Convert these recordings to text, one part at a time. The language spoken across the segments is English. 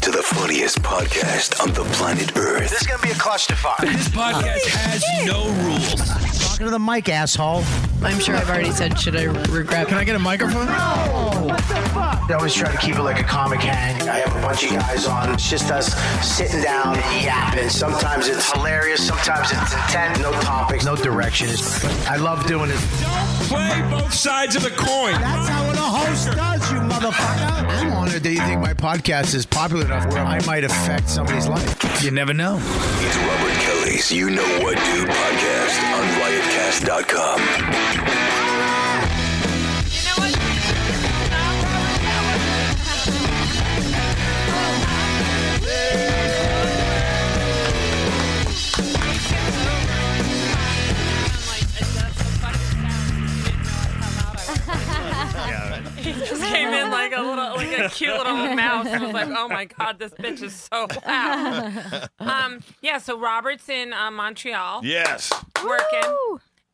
to the funniest podcast on the planet Earth. This is gonna be a clusterfuck. This podcast has no rules. Talking to the mic, asshole. I'm sure I've already said, should I regret? Can I get a microphone? I always try to keep it like a comic hang. I have a bunch of guys on. It's just us sitting down and yapping. Sometimes it's hilarious. Sometimes it's intent. No topics. No direction. It's- I love doing it. Play both sides of the coin. That's how a host does, you motherfucker. I'm honored that you think my podcast is popular enough where I might affect somebody's life. You never know. It's Robert Kelly's You Know What Dude podcast on riotcast.com. just came in like a little, like a cute little mouse. I was like, oh my god, this bitch is so loud. Um, yeah. So Robert's in uh, Montreal Yes. working,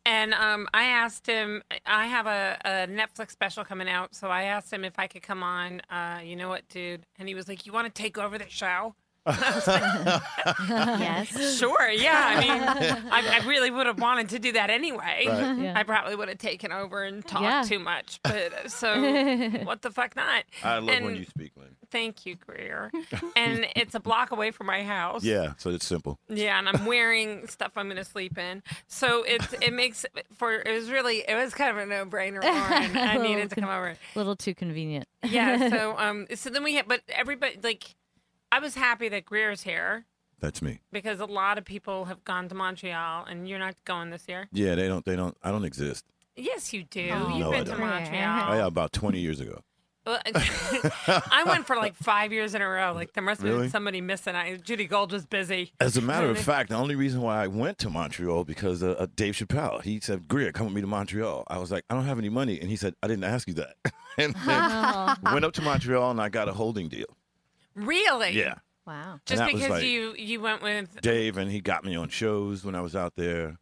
and um, I asked him. I have a, a Netflix special coming out, so I asked him if I could come on. Uh, you know what, dude? And he was like, you want to take over the show? Yes. Sure. Yeah. I mean, I, I really would have wanted to do that anyway. I probably would have taken over and talked Yeah. too much. But uh, so, what the fuck not? I love when And- you speak, Lynn. Thank you, Greer. and it's a block away from my house. Yeah, so it's simple. Yeah, and I'm wearing stuff I'm going to sleep in. So it it makes for it was really it was kind of a no brainer. I needed to come over. A little too convenient. Yeah. So um so then we had but everybody like I was happy that Greer's here That's me. because a lot of people have gone to Montreal and you're not going this year. Yeah, they don't. They don't. I don't exist. Yes, you do. Oh, You've No, I been to don't. Oh, Montreal. I about twenty years ago. Well, I went for like five years in a row. Like there must have Really? been somebody missing. I, Judy Gold was busy. As a matter of fact, the only reason why I went to Montreal because uh, uh, Dave Chappelle. He said, "Greer, come with me to Montreal." I was like, "I don't have any money," and he said, "I didn't ask you that." and then went up to Montreal and I got a holding deal. Really? Yeah, Wow. Just that was because like- you you went with Dave and he got me on shows when I was out there.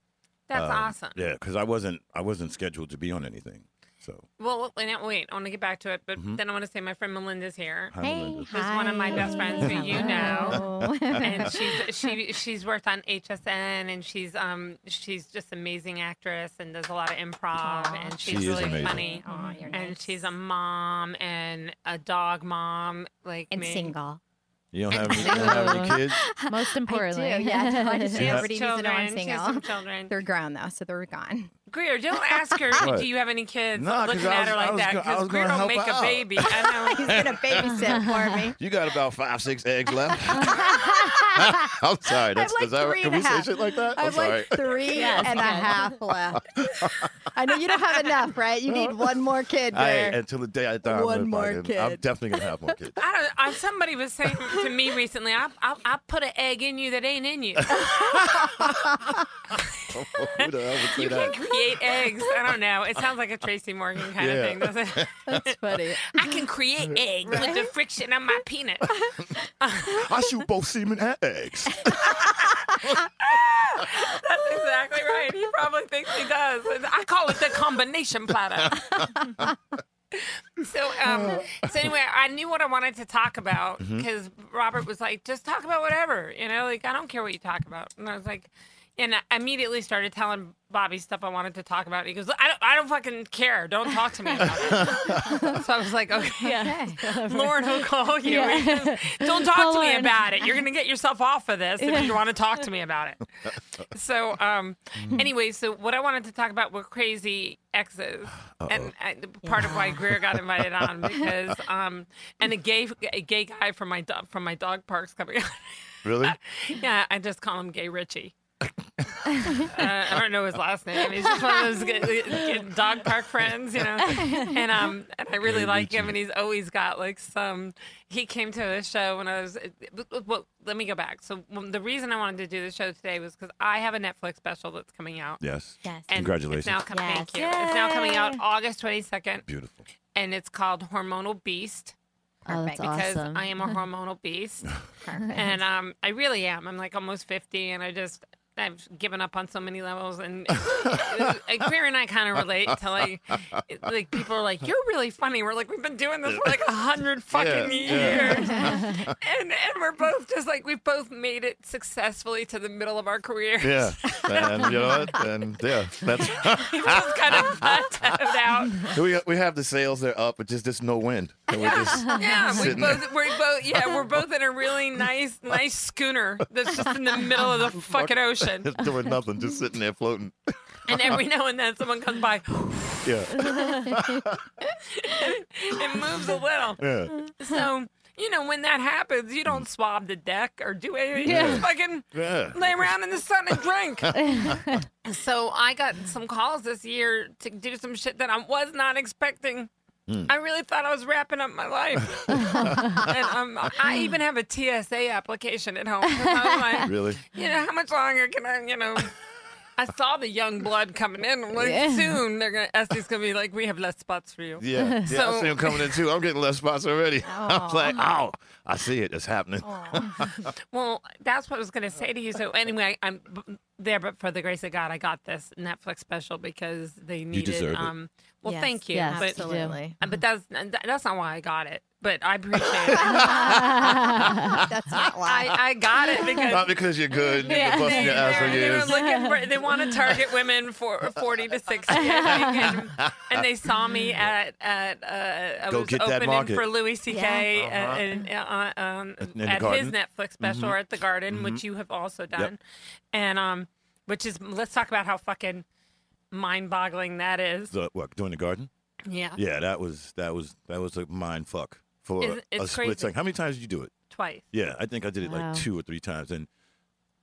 that's Um, awesome. Yeah, because I wasn't. I wasn't scheduled to be on anything. So Well, wait, wait, I want to get back to it, but Mm-hmm. then I want to say my friend Melinda's here, hi, Hey, Melinda. hi. one of my best friends who you know. Hello. and she's she she's worked on HSN, and she's um she's just amazing actress and does a lot of improv, and she's She is really amazing. funny, Aw, you're and nice. she's a mom and a dog mom like and me. single. You don't have any, you don't have any kids. Most importantly. I do, yeah. I just- Yeah. She has Everybody needs to know I'm children. She has single. some children. They're grown though, so they're gone. Greer, don't ask her. What? Do you have any kids? Nah, 'cause looking I at was- her I like was that go- I was Greer gonna don't make help her a out. baby. I know. He's gonna babysit for me. You got about five, six eggs left. I'm sorry. That's I have is that like right? three and Can a we say half. shit like that? I I'm have sorry. like three Yes, and a okay. half left. I know you don't have enough, right? You need one more kid. I, Bear. until the day I die, I'm One gonna more fucking- I'm kid. definitely gonna have more kids. I don't. I, somebody was saying to me recently, "I I, I put an egg in you that ain't in you. Who the hell would say You that? can't create eggs. I don't know. It sounds like a Tracy Morgan kind Yeah. of thing. doesn't it? That's funny. I can create eggs with the friction of my peanut. I shoot both semen and eggs. That's exactly right. He probably thinks he does. I call it the combination platter. so, um, so anyway, I knew what I wanted to talk about because Robert was like, "Just talk about whatever," you know, like I don't care what you talk about. And I was like, and I immediately started telling Bobby stuff I wanted to talk about. He goes, "I don't, I don't fucking care. Don't talk to me." about it." so I was like, "Okay." Lauren will call you. Yeah. Don't talk Call to me Lauren. about it. You're gonna get yourself off of this if you want to talk to me about it. So, um, anyway, so what I wanted to talk about were crazy exes, and I, part of why Greer got invited on because, um, and a gay a gay guy from my do- from my dog park's coming. on. Really? yeah, I just call him Gay Richie. uh, I don't know his last name. He's just one of those good, good dog park friends, you know. And um, and I really like him, and he's always got like some. He came to a show when I was. Well, let me go back. So when- the reason I wanted to do the show today was because I have a Netflix special that's coming out. Yes. Yes. And It's Congratulations. now com- Yes. Thank you. It's now coming out Yay. August twenty second, Beautiful. and it's called Hormonal Beast Oh, that's Perfect. because awesome. I am a hormonal beast Perfect. and um, I really am. I'm like almost 50, and I just I've given up on so many levels, and like, Claire and I kind of relate to like, it- like people are like, "You're really funny." We're like, "We've been doing this for like a hundred fucking yeah. years," and and we're both just like, we've both made it successfully to the middle of our careers. Yeah, and you know what? And yeah, that's we both kind of plateaued out. we we have the sales they're up, but just there's no wind. And we're just Yeah, we sitting both, we're both, yeah, we're both in a really nice, nice schooner that's just in the middle of the fucking ocean. there, doing nothing, just sitting there floating. And every now and then someone comes by Yeah, and moves a little. yeah. So, you know, when that happens, you don't swab the deck or do anything. You just fucking Yeah. lay around in the sun and drink. so I got some calls this year to do some shit that I was not expecting. Hmm. I really thought I was wrapping up my life. and um, I even have a TSA application at home. 'cause I was like, Really? you know, how much longer can I, you know? I saw the young blood coming in. I'm like, Yeah. soon they're gonna Estes gonna be like, we have less spots for you. Yeah. Yeah, I So- see them coming in too. I'm getting less spots already. I'm like, oh, I see it. It's happening. Well, that's what I was gonna say to you. So anyway, I'm b- there, but for the grace of God, I got this Netflix special because they needed. deserve it. um Well, Yes, thank you. yes, but, you do. uh, But that's that's not why I got it. But I appreciate it. That's not why. I, I got it because Not because you're good. and You've Yeah. been busting your ass for They're- they were years. looking for- they want to target women for 40 to 60 I think, and, and they saw me at at uh, I Go was get that opening market. for Louis CK Yeah. uh, and, uh, um, the at his garden. Mm-hmm. Netflix special or at the garden which you have also done and um which is let's talk about how fucking mind-boggling that is The, what, doing the garden? yeah, Yeah, that was that was that was a mind fuck for Isn't- a it's split crazy. second. How many times did you do it? twice Yeah, I think I did it Wow. like two or three times, and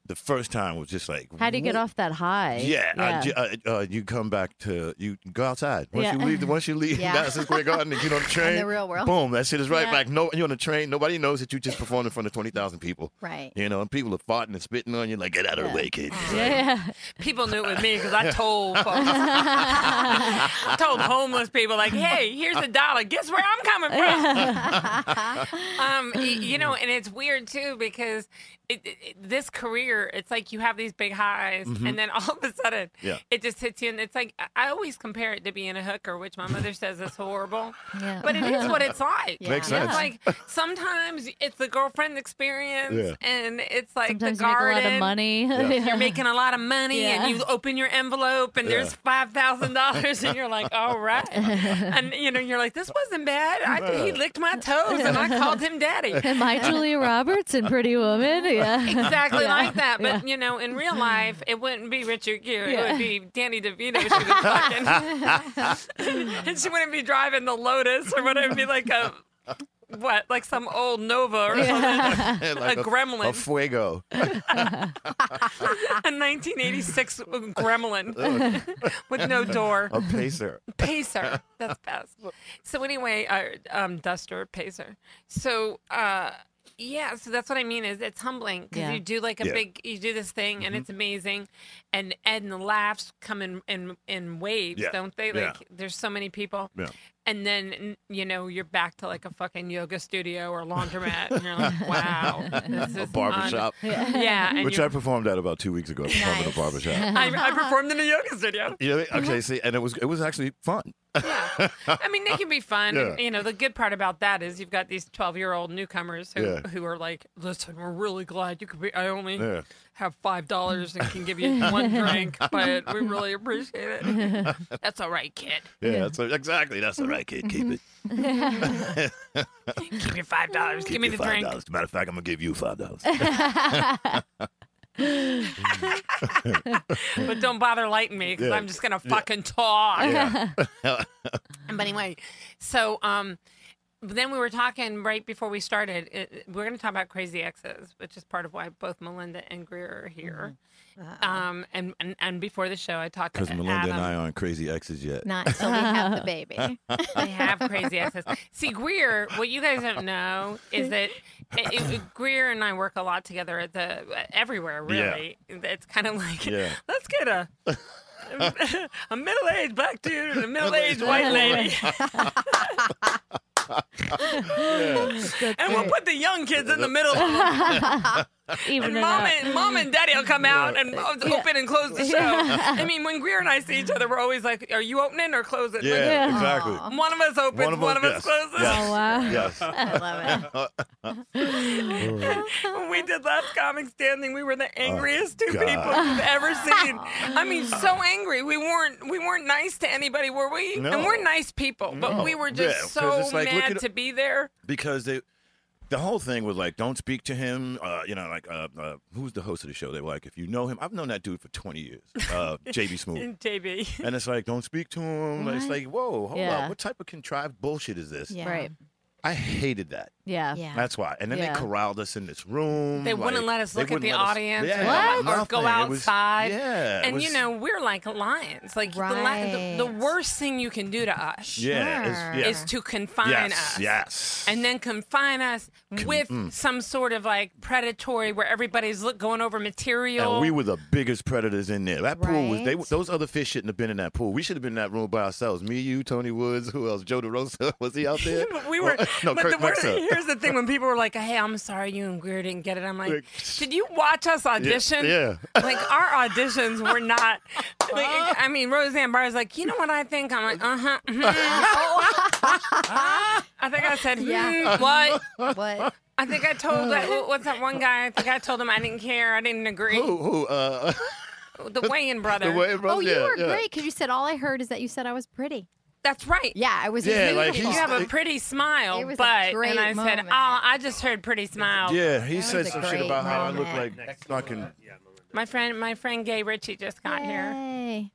the first time was just like, How do you get "Whoa." off that high? Yeah, I ju- uh, uh, you come back to you go outside. Once Yeah. you leave, once you leave Yeah. Madison Square Garden and get on the train, real world. boom, that shit is right Yeah. back. No, you're on the train. Nobody knows that you just performed in front of twenty thousand people. Right. You know, and people are farting and spitting on you. Like, get out of the way, kid. yeah. People knew it was me because I told folks. I told homeless people, like, hey, here's a dollar. Guess where I'm coming from? um, y- you know, and it's weird too because it, it- it- this career, it's like you have these big highs and then all of a sudden Mm-hmm. Yeah. it just hits you. And it's like, I- I always compare it to being a hooker, which my mother says is horrible. Yeah. But it is what it's like. Makes It's sense. like sometimes it's the girlfriend experience Yeah. and it's like Sometimes the you make a garden lot of money. you're making a lot of money Yeah. and you open your envelope and there's five thousand dollars and you're like, all right, and you know you're like, this wasn't bad. I, he licked my toes and I called him daddy. Am I Julia Roberts and Pretty Woman? Yeah. Exactly Yeah. like that, but you know, in real life, it wouldn't be Richard Gere. It Yeah. would be Danny DeVito. She would fucking, and she wouldn't be driving the Lotus or whatever. It'd be like a what, like some old Nova or something, like A gremlin. a fuego. a 1986 Gremlin with no door. a pacer. Pacer. That's best. So anyway, uh, um, Duster Pacer. So uh, yeah, so that's what I mean is it's humbling because Yeah. you do like a Yeah. Mm-hmm. big, you do this thing and it's amazing, and and the laughs come in in, in waves, Yeah. don't they? Like Yeah. there's so many people. Yeah. And then n- you know you're back to like a fucking yoga studio or laundromat, and you're like, wow, this is A un- barbershop. Yeah, and Which you- I performed at about two weeks ago. I performed in a Nice. barbershop. I, I performed in a yoga studio. You know, what I mean? okay, see, and it was it was actually fun. Yeah. I mean, they can be fun. Uh, Yeah. You know, the good part about that is you've got these 12 year old newcomers who, Yeah. who are like, listen, we're really glad you could be. I only Yeah. have $5 and can give you one drink, but we really appreciate it. That's all right, kid. Yeah, that's exactly. That's all right, kid. Keep it. Give me $5. Keep give me your the five drink. dollars. Matter of fact, I'm gonna give you five dollars. But don't bother lighting me because Yeah. I'm just going to fucking talk. yeah. But anyway, so um, then we were talking right before we started. It, we're going to talk about crazy exes, which is part of why both Melinda and Greer are here. Um, and, and and before the show, I talked to Mm-hmm. Because Melinda Adam. and I aren't crazy exes yet. Not until we have the baby. They have crazy exes. See, Greer, what you guys don't know is that it, it- Greer and I work a lot together at the everywhere. Yeah. Really, it's kind of like Yeah. let's get a. a middle-aged black dude and a middle-aged white lady, That's and we'll great. put the young kids in the middle. Even and it mom out. and mom and daddy will come out and I'll Yeah. open and close the show. Yeah. I mean, when Greer and I see each other, we're always like, "Are you opening or closing?" Yeah, Yeah. exactly. Like, one of us opens, one of, us yes. closes. Yes. Oh, wow. Yes. I love it. when we did last comic standing, we were the angriest two Oh, God. people you've ever seen. I mean, so angry. We weren't we weren't nice to anybody, were we? No. And we're nice people, but No. we were Yeah, just 'cause so it's like, look mad at- to be there. because they the whole thing was like don't speak to him uh, you know like uh, uh, who's the host of the show they were like if you know him i've known that dude for 20 years uh, j.b smooth And JB. and it's like don't speak to him and it's What? like whoa hold Yeah. on what type of contrived bullshit is this Yeah. Right. i hated that Yeah. Yeah. that's why and then Yeah. they corralled us in this room They wouldn't like, let us they look at wouldn't the let us- audience yeah, or, go- or go nothing. It was- outside. yeah it and you was- know, we're like lions. Like the, li- Right. the, the worst thing you can do to us yeah, it's, Sure. yeah. is to confine yes, us. yes and then confine us with mm. some sort of like predatory where everybody's look, going over material. And we were the biggest predators in there. That pool was they Right. those other fish shouldn't have been in that pool. We should have been in that room by ourselves. Me, you, Tony Woods, who else? Joe DeRosa, was he out there? But we were. no, but Kurt the word- Wexler. here's the thing: when people were like, "Hey, I'm sorry, you and Greer didn't get it," I'm like, Like, "Did you watch us audition?" yeah. Like our auditions were not. Like, I mean, Roseanne Barr is like, "You know what I think?" I'm like, "Uh huh." I think I said, Yeah. "Hmm, what?" What? I think I told that. what- What's that one guy? I think I told him I didn't care. I didn't agree. Who, who, uh, The Wayne brother. the way Oh, you yeah, were yeah. great because you said all I heard is that you said I was pretty. That's right. Yeah, I was Yeah, like, beautiful. You he's- have a pretty smile, It was a but great and I said, moment. "Oh, I just heard pretty smile." Yeah, he That said was a some shit great about how I look moment. like fucking. My friend, my friend Gay Ritchie just got here. Yay.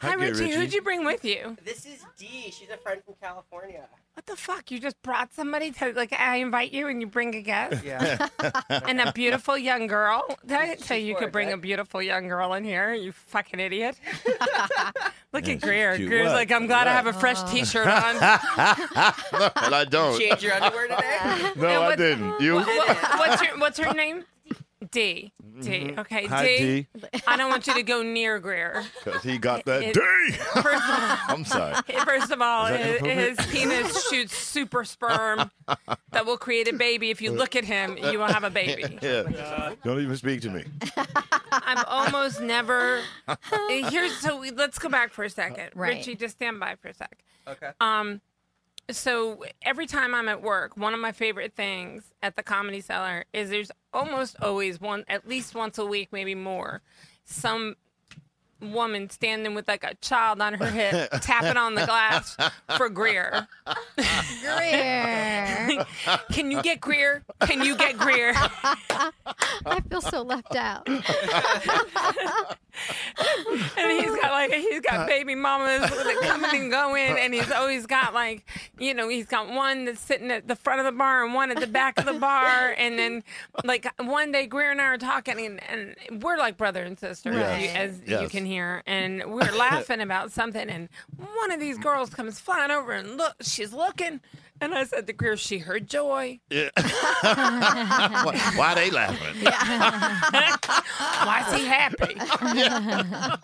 Hi, Gay Richie. Ritchie. Who'd you bring with you? This is Dee. She's a friend from California. What the fuck? You just brought somebody to like I invite you and you bring a guest Yeah. and a beautiful young girl. Did I She's tell you you could gorgeous. bring a beautiful young girl in here? You fucking idiot! Look Yeah, at she's Greer. cute. Greer's What? like, I'm glad I have a fresh T-shirt on. What- and I don't. Change your underwear today? No, I what's- didn't. You? what- what's your What's her name? D. D. Okay, Mm-hmm. Hi, D. I don't want you to go near Greer. Because he got that It- D. First of all, I'm sorry. First of all, that his, inappropriate? his penis shoots super sperm that will create a baby. If you look at him, you will have a baby. Yeah. Don't even speak to me. I've almost never. Here's so we, let's go back for a second, Right. Richie. Just stand by for a sec. Okay. Um, so every time I'm at work, one of my favorite things at the Comedy Cellar is there's almost always one, at least once a week, maybe more, some woman standing with like a child on her hip, tapping on the glass for Greer. Greer. Can you get Greer? Can you get Greer? I feel so left out. and he's got like he's Uh, got baby mamas that coming and going, and he's always got like you know he's got one that's sitting at the front of the bar and one at the back of the bar, and then like one day Greer and I are talking, and, and we're like brother and sister as, you, Yes. as you Yes. can hear, and we we're laughing about something, and one of these girls comes flying over and look, she's looking, and I said to Greer, she heard joy. Yeah. why, why they laughing? Why is he happy?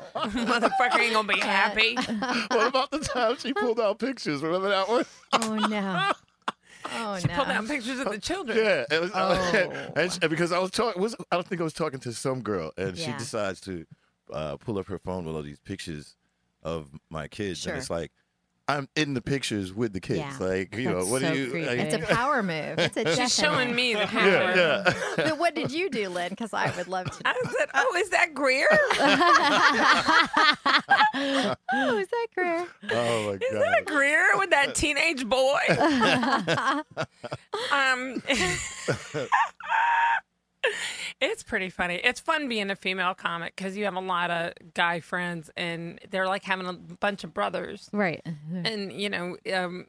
Motherfucker ain't gonna be happy. What about the time she pulled out pictures? Remember that one? Oh, no. Oh, She no. pulled out pictures of the children. Yeah, it was, Oh. and she- because I was talking, was I don't think I was talking to some girl, and she Yeah. decides to uh, pull up her phone with all these pictures of my kids, Sure. and it's like I'm in the pictures with the kids. Yeah. Like you That's know, what so are you? creepy. like- It's a power move. It's a She's showing me the picture. yeah, yeah. But what did you do, Lynn? Because I would love to. I said, "Oh, is that Greer? Oh, is that Greer? Oh my Is that god. Greer with that teenage boy?" um, it's pretty funny. It's fun being a female comic because you have a lot of guy friends, and they're like having a bunch of brothers. Right. And you know, um,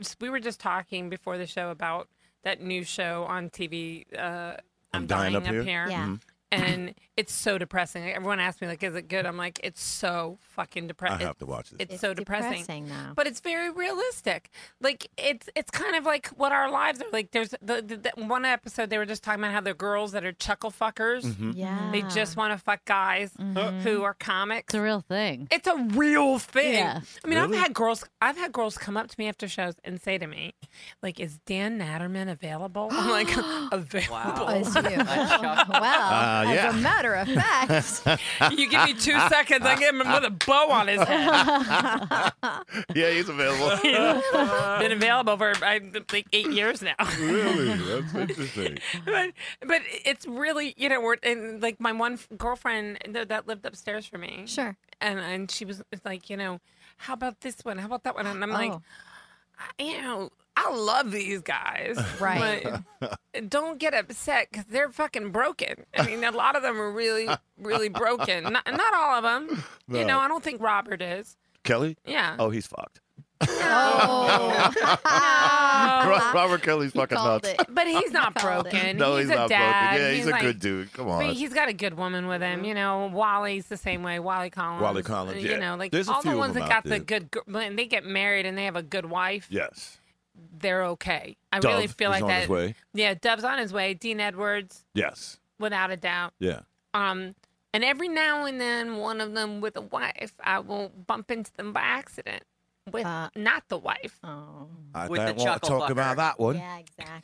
s- we were just talking before the show about that new show on TV. Uh, I'm, Dying Up Here? Mm-hmm. Yeah. and it's so depressing. Like, everyone asks me like, "Is it good?" I'm like, "It's so fucking depressing." I have to watch this. It's, It's so depressing. depressing now. But it's very realistic. Like it's it's kind of like what our lives are like. There's the, the, the one episode they were just talking about how the girls that are chuckle fuckers. Mm-hmm. Mhm. Yeah. They just want to fuck guys Mhm. who are comics. It's a real thing. It's a real thing. Yeah. I mean, Really? I've had girls, I've had girls come up to me after shows and say to me, like, "Is Dan Natterman available?" I'm like, "Available." As you. well, Uh, yeah. as a matter of fact, you give me two seconds, I get him with a bow on his head. yeah, he's available. Been available for I, like eight years now. really? That's interesting. but but it's really you know we're and like my one f- girlfriend th- that lived upstairs from me sure and and she was like you know how about this one how about that one and i'm like Oh. I- you know i love these guys Right. but don't get upset because they're fucking broken i mean a lot of them are really really broken not, not all of them you No. know i don't think robert is Kelly? Yeah. Oh, he's fucked. Oh. Ro- Robert Kelly's fucking Oh, nuts. but he's not broken No, he's, he's, a not dad broken. Yeah, he's, a like- good dude. Come on. But he's got a good woman with him, you know. Wally's the same way. Wally Collins. Mm-hmm. Wally Collins, You yeah. know, like There's a all the few of ones them that got out the there. good. gr- When they get married and they have a good wife, yes. they're okay. I Dove really feel is like on that. his way. Yeah, Dove's on his way. Dean Edwards, Yes. without a doubt. Yeah. Um, and every now and then, one of them with a wife, I will bump into them by accident with not the wife. Oh. I With the don't want to chuckle talk fucker. about that one.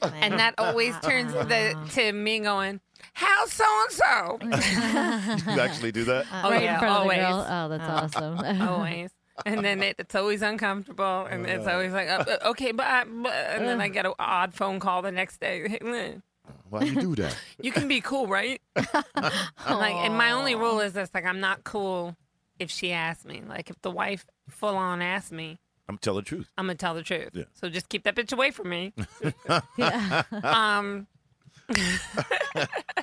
And that always turns the, to me going, "How's so and so?" You can actually do that? Uh, Oh, right yeah, in front always. of the girl. Oh, that's awesome. always. And then it, it's always uncomfortable, and it's Uh. always like, uh, uh, okay, but and then I get an odd phone call the next day. Hey, Lynn, Why you do that? you can be cool, right? I'm like, and my only rule is this: like, I'm not cool if she asks me. Like, if the wife full on asks me, I'm telling the truth. I'm gonna tell the truth. Yeah. So just keep that bitch away from me. Yeah. um,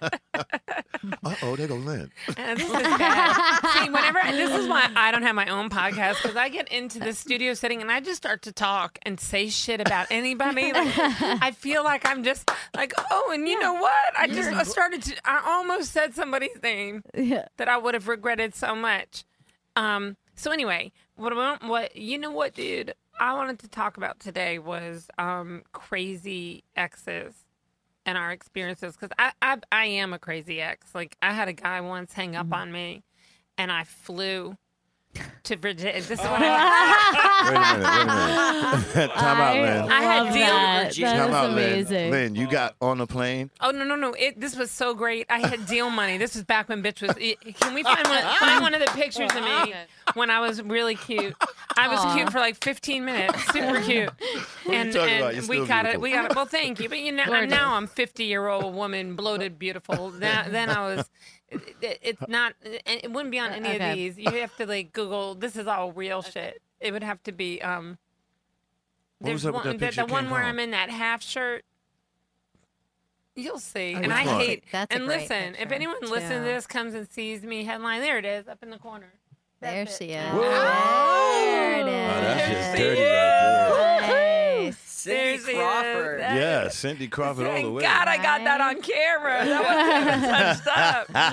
Uh oh, there goes Lynn. And this is bad. See, whenever I, this is why I don't have my own podcast because I get into the studio setting and I just start to talk and say shit about anybody. Like, I feel like I'm just like, oh, and you know what? I just You're- started to. I almost said somebody's name Yeah. that I would have regretted so much. Um. So anyway, what what, what you know what, dude? I wanted to talk about today was um crazy exes and our experiences because I, I I am a crazy ex. Like I had a guy once hang up on me, and I flew to Virginia. This is what Wait a I. minute. Wait a minute. Time out, I Lynn. I had love deal- that. That Time is out, amazing. Lynn. Lynn, you got on the plane. Oh no no no! It, this was so great. I had deal money. This was back when bitch was. it- Can we find one? Find one of the pictures of me when I was really cute. I was Aw. cute for like 15 minutes. Super cute. What are you And, talking and about? You're we still got it. beautiful. We got it. Well, thank you. But you know, Gorgeous. now I'm 50 year old woman, bloated, beautiful. Now, then I was. it- it- it's not. It, it wouldn't be on any Okay. of these. You have to like Google. This is all real shit. It would have to be. um What was There's up with one. that picture the, the one came where from? I'm in that half shirt. You'll see. Oh, and yeah. I Which one? hate That's a and great listen, if picture. anyone listens to Yeah. this comes and sees me headline, there it is, up in the corner. there she is. There it is. Oh, that's just There dirty right Cindy Crawford. there. Yeah, Cindy Crawford all the way. God, I got that on camera. That wasn't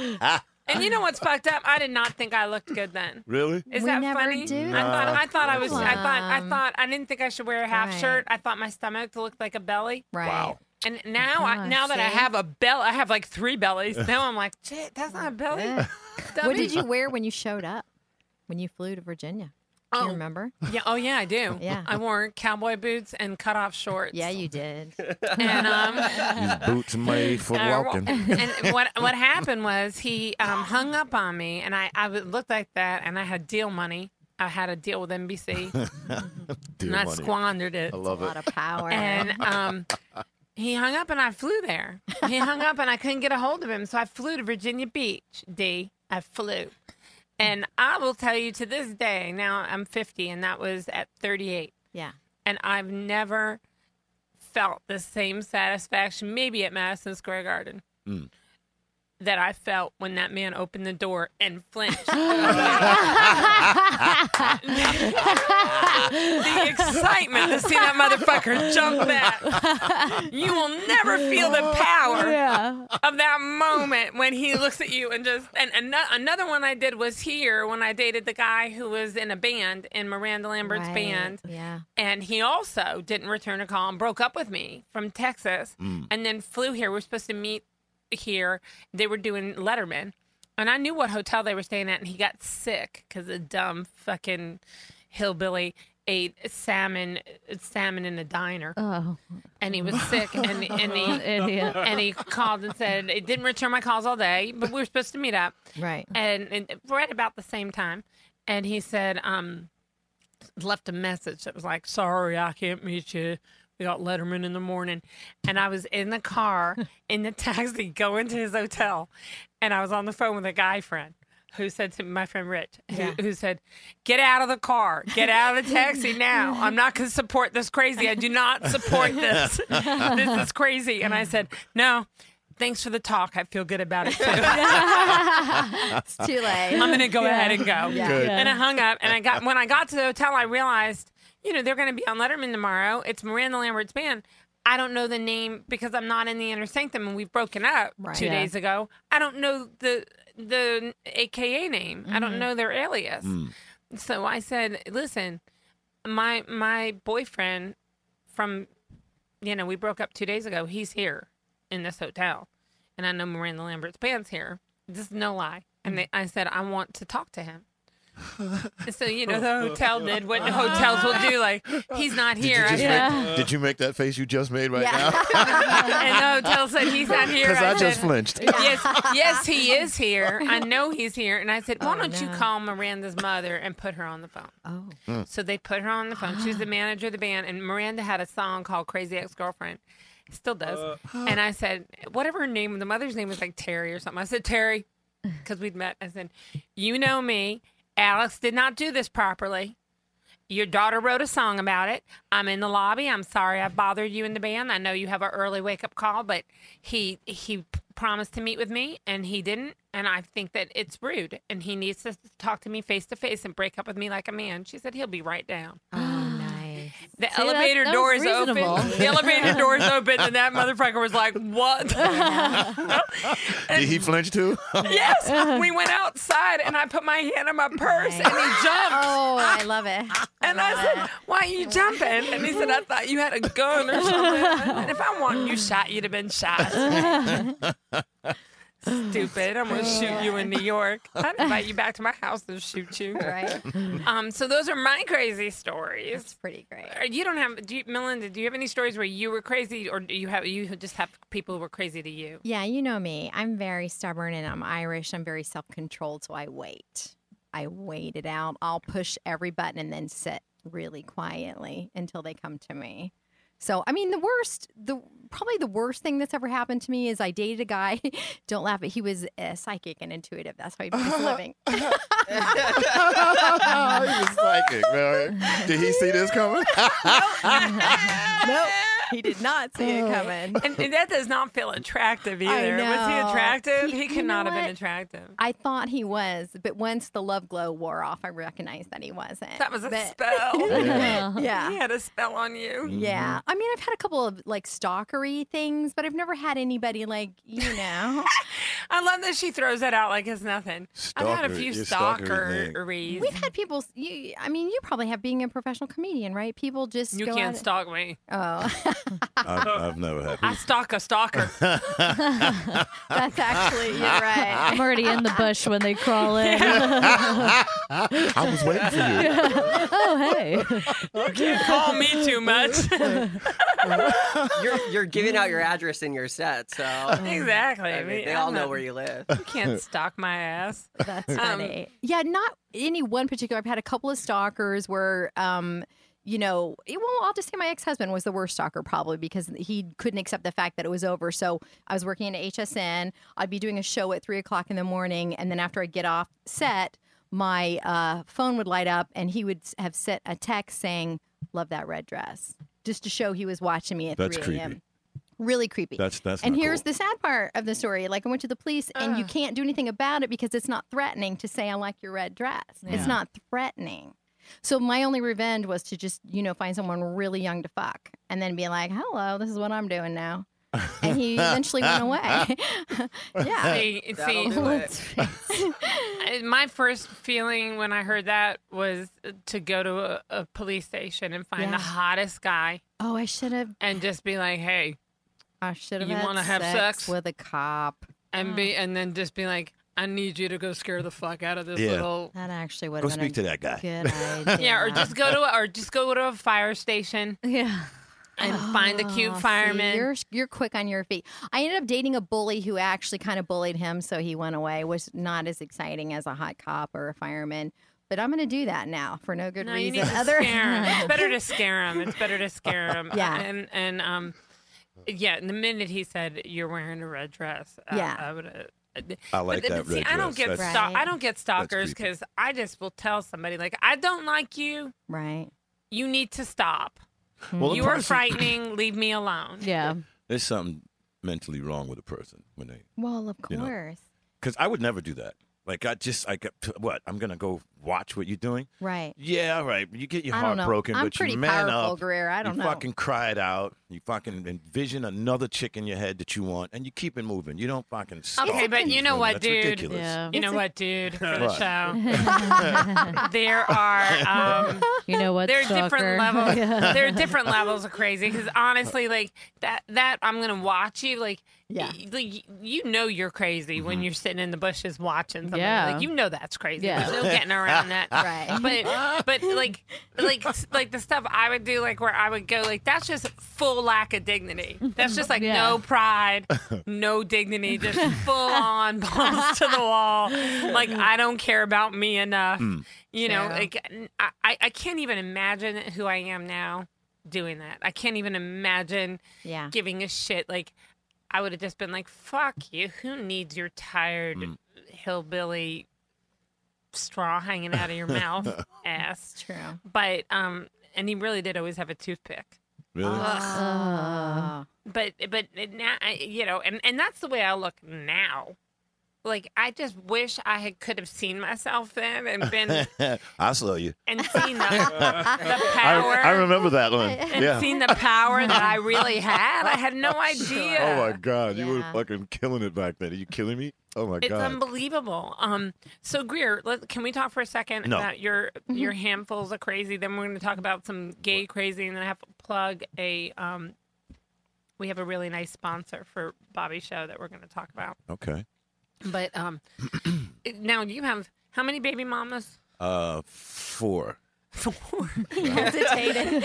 even touched up. And you know what's fucked up? I did not think I looked good then. really? Is that funny? I thought I thought I was I thought I thought I didn't think I should wear a half Right. shirt. I thought my stomach looked like a belly. Right. Wow. And now I, Ah, now that I see? have a bell, I have like three bellies. Now I'm like, shit, that's not a belly. What Dummy. did you wear when you showed up? When you flew to Virginia? Do you Oh. remember? Yeah. Oh, yeah, I do. Yeah. I wore cowboy boots and cut off shorts. Yeah, you did. And um, These boots made for I- walking. and what what happened was he um, hung up on me, and I I would- looked like that, and I had deal money. I had a deal with NBC, Dear and I money. squandered it. I love it. power. And um, he hung up, and I flew there. He hung up, and I couldn't get a hold of him, so I flew to Virginia Beach. D. I flew, and I will tell you to this day. Now I'm 50, and that was at 38 Yeah. and I've never felt the same satisfaction, maybe at Madison Square Garden, Mm. that I felt when that man opened the door and flinched. the excitement to see that motherfucker jump back. You will never feel the power Yeah. of that moment when he looks at you and just. And, ano- another one I did was here when I dated the guy who was in a band in Miranda Lambert's Right, band. Yeah. And he also didn't return a call and broke up with me from Texas Mm. and then flew here. We are supposed to meet here. They were doing Letterman. And I knew what hotel they were staying at. And he got sick because a dumb fucking hillbilly ate salmon salmon in a diner. Oh. And he was sick, and, and he Idiot. and he called and said it didn't return my calls all day, but we were supposed to meet up Right. and, and right about the same time. And he said, um, left a message that was like, "Sorry, I can't meet you. We got Letterman in the morning." And I was in the car in the taxi going to his hotel, and I was on the phone with a guy friend. Who said to my friend Rich, who, Yeah. who said, Get out of the car, get out of the taxi now. I'm not going to support this crazy. I do not support this. this is crazy. And I said, No, thanks for the talk. I feel good about it too. it's too late. I'm gonna go ahead and go. Yeah. Good. And I hung up. And I got when I got to the hotel, I realized, you know, they're gonna be on Letterman tomorrow. It's Miranda Lambert's band. I don't know the name because I'm not in the inner sanctum, and we've broken up two Yeah. days ago. I don't know the the AKA name. I Mm-hmm. don't know their alias. So I said, listen, my my boyfriend from you know, we broke up two days ago. He's here in this hotel. And I know Miranda Lambert's band's here. This is no lie. And they, I said, I want to talk to him. so, you know, the hotel did what hotels will do. Like, he's not Did you, here. I just said, make, did you make that face you just made right and the hotel said, he's now? not here. I, just said, flinched. Yes, yes, he is here. I know he's here. And I said, why don't you call Miranda's mother and put her on the phone? Oh. Mm. So they put her on the phone. She was the manager of the band, and Miranda had a song called Crazy Ex Girlfriend. Still does. and I said, whatever her name, the mother's name was like Terry or something. I said, Terry, because we'd met. I said, you know me. Alex did not do this properly. Your daughter wrote a song about it. I'm in the lobby. I'm sorry I bothered you in the band. I know you have an early wake up call, but he he p- promised to meet with me and he didn't. And I think that it's rude. And he needs to talk to me face to face and break up with me like a man. She said he'll be right down. Oh, The See, that- elevator that door was is open. reasonable. The elevator door is open, and that motherfucker was like, "What?" Did he flinch too? yes, we went outside, and I put my hand in my purse, and he jumped. Oh, I love it. And I said, "Why are you jumping?" And he said, "I thought you had a gun or something. And if I wanted you shot, you'd have been shot." Stupid! I'm gonna shoot you in New York. I'd invite you back to my house and shoot you. Right. Um. So those are my crazy stories. That's pretty great. You don't have, do you, Melinda? Do you have any stories where you were crazy, or do you have you just have people who were crazy to you? Yeah, you know me. I'm very stubborn and I'm Irish. I'm very self controlled, so I wait. I wait it out. I'll push every button and then sit really quietly until they come to me. So, I mean, the worst, the probably the worst thing that's ever happened to me is I dated a guy. Don't laugh, but he was uh, psychic and intuitive. That's how he was living. he was psychic, man. Did he see this coming? nope, he did not see Oh. it coming. And, and that does not feel attractive either. I Was he know. attractive? He- He, you could know not have been what? attractive. I thought he was, but once the love glow wore off, I recognized that he wasn't. That was a But- spell. Yeah. Yeah. He had a spell on you. Mm. Yeah. I mean, I've had a couple of like stalkery things, but I've never had anybody like, you know. I love that she throws that out like it's nothing. I've had a Stalker- few yeah, stalkery thing. stalkeries. We've had people, s- you, I mean, you probably have being a professional comedian, right? People just You go can't out- stalk me. Oh, I've, I've never had. I stalk a stalker. that's actually, you're right. I'm already in the bush when they crawl in. I was waiting for you. Yeah. Oh, hey. You can't call me too much. you're you're giving out your address in your set, so exactly. I mean, they I'm all know not- where you live. You can't stalk my ass. That's funny. Um, yeah, not any one particular. I've had a couple of stalkers where, um, you know, it- well, I'll just say my ex husband was the worst stalker probably because he couldn't accept the fact that it was over. So I was working at HSN. I'd be doing a show at three o'clock in the morning, and then after I get off set, my uh, phone would light up, and he would s- have sent a text saying, "Love that red dress," just to show he was watching me at That's three creepy. a.m. Really creepy. That's- that's and not here's cool. the sad part of the story. Like I went to the police, and you can't do anything about it because it's not threatening to say I like your red dress. Yeah. It's not threatening. So my only revenge was to just you know find someone really young to fuck, and then be like, "Hello, this is what I'm doing now." And he eventually went away. yeah. See, see, I- my first feeling when I heard that was to go to a, a police station and find Yeah. the hottest guy. Oh, I should have. And just be like, hey, I should You had want to have sex sex with a cop? And Oh. be, and then just be like, I need you to go scare the fuck out of this Yeah. little. That actually would Go speak to that guy. yeah, or just go to a, or just go to a fire station. Yeah. And find the Oh, cute see, fireman. you're you're quick on your feet. I ended up dating a bully who actually kind of bullied him, so he went away. Was not as exciting as a hot cop or a fireman. But I'm going to do that now for no good no, you reason. need to other scare 'em. It's better to scare him. It's better to scare him. Yeah. And and um, yeah. The minute he said you're wearing a red dress, uh, Yeah. I would. Uh, I like but, that but see, red I don't dress. get That's- stalk- I Right. don't get stalkers because I just will tell somebody like I don't like you. Right. You need to stop. Hmm. Well, the you are person- frightening. leave me alone. Yeah. There's something mentally wrong with a person when they Well, of You know. course. because I would never do that. Like I just I got what I'm gonna go watch what you're doing. Right. Yeah, all right. You get your I don't heart know. broken, I'm but pretty you man powerful, up. Greer. I don't you know. fucking cry it out. You fucking envision another chick in your head that you want, and you keep it moving. You don't fucking stop. Okay, but these you know women. what, That's dude? Ridiculous. You know what, dude? For the show, What? there are um, you know what? there are stalker? different levels. Yeah. There are different levels of crazy. Because honestly, like that, that I'm gonna watch you. Like, yeah, like you know you're crazy when you're sitting in the bushes watching something. Yeah. Like you know that's crazy. Yeah. There's no getting around that. Right. But but like like like the stuff I would do, like where I would go, like that's just full lack of dignity. That's just like Yeah. no pride, no dignity, just full on balls to the wall. Like I don't care about me enough. Mm. You know, True. like n- I, I- I can't even imagine who I am now doing that. I can't even imagine Yeah. giving a shit. Like I would have just been like, fuck you. Who needs your tired Mm. hillbilly straw hanging out of your mouth ass? True. But um and he really did always have a toothpick. Really? Ugh. But but now I- you know, and and that's the way I look now. Like I just wish I had could have seen myself then and been I saw you. and seen the, the power I, I remember that one. and yeah. seen the power that I really had. I had no idea. Oh my god, you were Yeah. fucking killing it back then. Are you kidding me? Oh my It's god. unbelievable. Um, so Greer, let, can we talk for a second No. about your your handfuls of crazy? Then we're going to talk about some gay crazy, and then I have to plug a. Um, we have a really nice sponsor for Bobby's show that we're going to talk about. okay. But um, now you have how many baby mamas? Uh, four. Hesitated.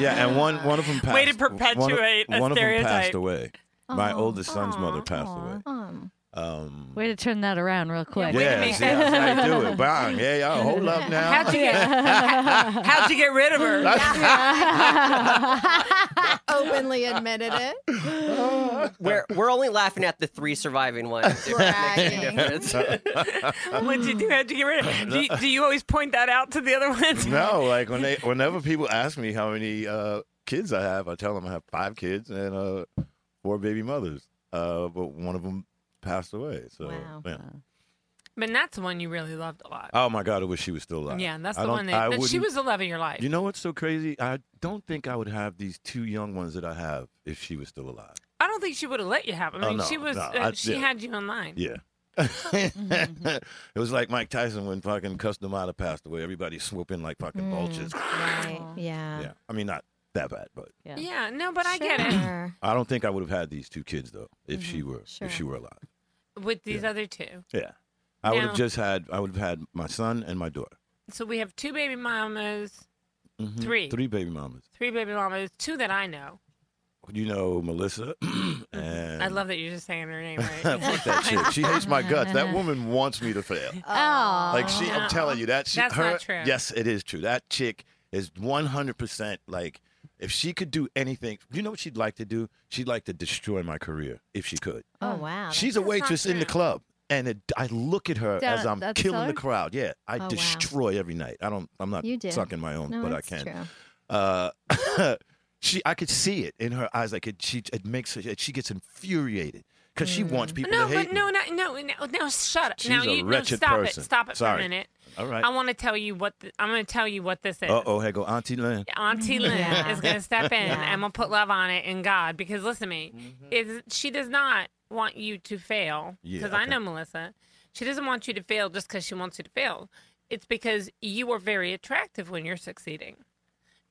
Yeah, and one one of them passed. Way to one of, perpetuate a one of them passed stereotype. away. My oldest son's mother passed away. Um, Um, Way to turn that around real quick. yeah, see, that's how you do it. Bang, yeah, y'all hold up now. How'd you get how, how'd you get rid of her? Openly admitted it. We're we're only laughing at the three surviving ones. If that makes any difference. What'd you do? How'd you get rid of her? Do, you- do you always point that out to the other ones? No, like when they whenever people ask me how many uh, kids I have, I tell them I have five kids and uh, four baby mothers. Uh, but one of them passed away. So yeah. But that's the one you really loved a lot. Oh my God! I wish she was still alive. Yeah, that's I the don't- one I that, that she wouldn't- was the love of your life. You know what's so crazy? I don't think I would have these two young ones that I have if she was still alive. I don't think she would have let you have. him. I Oh, mean, no, she was no, uh, I- she yeah. had you in line. Yeah. Mm-hmm. it was like Mike Tyson when fucking Customata passed away. Everybody swooped in like Mm, fucking vultures. Right. Yeah. Yeah. I mean, not that bad, but Yeah. Yeah, no, but I get it. I don't think I would have had these two kids though if she Mm-hmm. were if she were alive. With these other two. Yeah. I would Now- have just had I would have had my son and my daughter. So we have two baby mamas, Mhm. Three. Three baby mamas. three baby mamas, two that I know. You know Melissa and Mm-hmm. I love that you're just saying her name right. Fuck that chick. She hates my guts. That woman wants me to fail. Oh. Like she, I'm telling you that she, That's her, not true. yes, it is true. That chick is 100 percent like, if she could do anything, you know what she'd like to do? She'd like to destroy my career if she could. Oh wow. She's a waitress in the club, and it, I look at her Down as at I'm that killing the side? crowd. Yeah, I Oh, wow. destroy every night. I don't. I'm not You do. sucking my own, No, but I that's can. true. Uh, She, I could see it in her eyes. Like it, she, it makes her. She gets infuriated because she wants people Mm. no, to hate. but no, no, no, no, no, shut up. She's now a you no, wretched stop person. it. Stop it Sorry. for a minute. All right. I want to tell you what the, I'm going to tell you what this is. Uh oh, here go Auntie Lynn. Auntie Lynn Yeah. is going to step in Yeah. Mm-hmm. and I'm going to put love on it and God because listen to me. Is she does not want you to fail Yeah, because I okay. know Melissa. She doesn't want you to fail just because she wants you to fail. It's because you are very attractive when you're succeeding.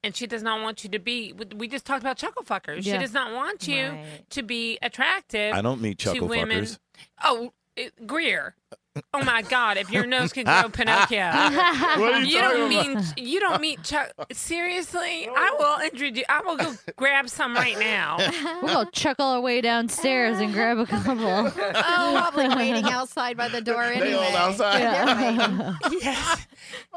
And she does not want you to be. We just talked about chuckle fuckers. She Yeah. does not want you to be attractive. I don't meet to chuckle women. fuckers. Oh, it- Greer. Oh my God! If your nose can grow Pinocchio, What are you don't talking mean about? you don't meet Chuck. Seriously, I will introduce. I will go grab some right now. We're gonna chuckle our way downstairs and grab a couple. oh, probably waiting outside by the door anyway. outside. yes.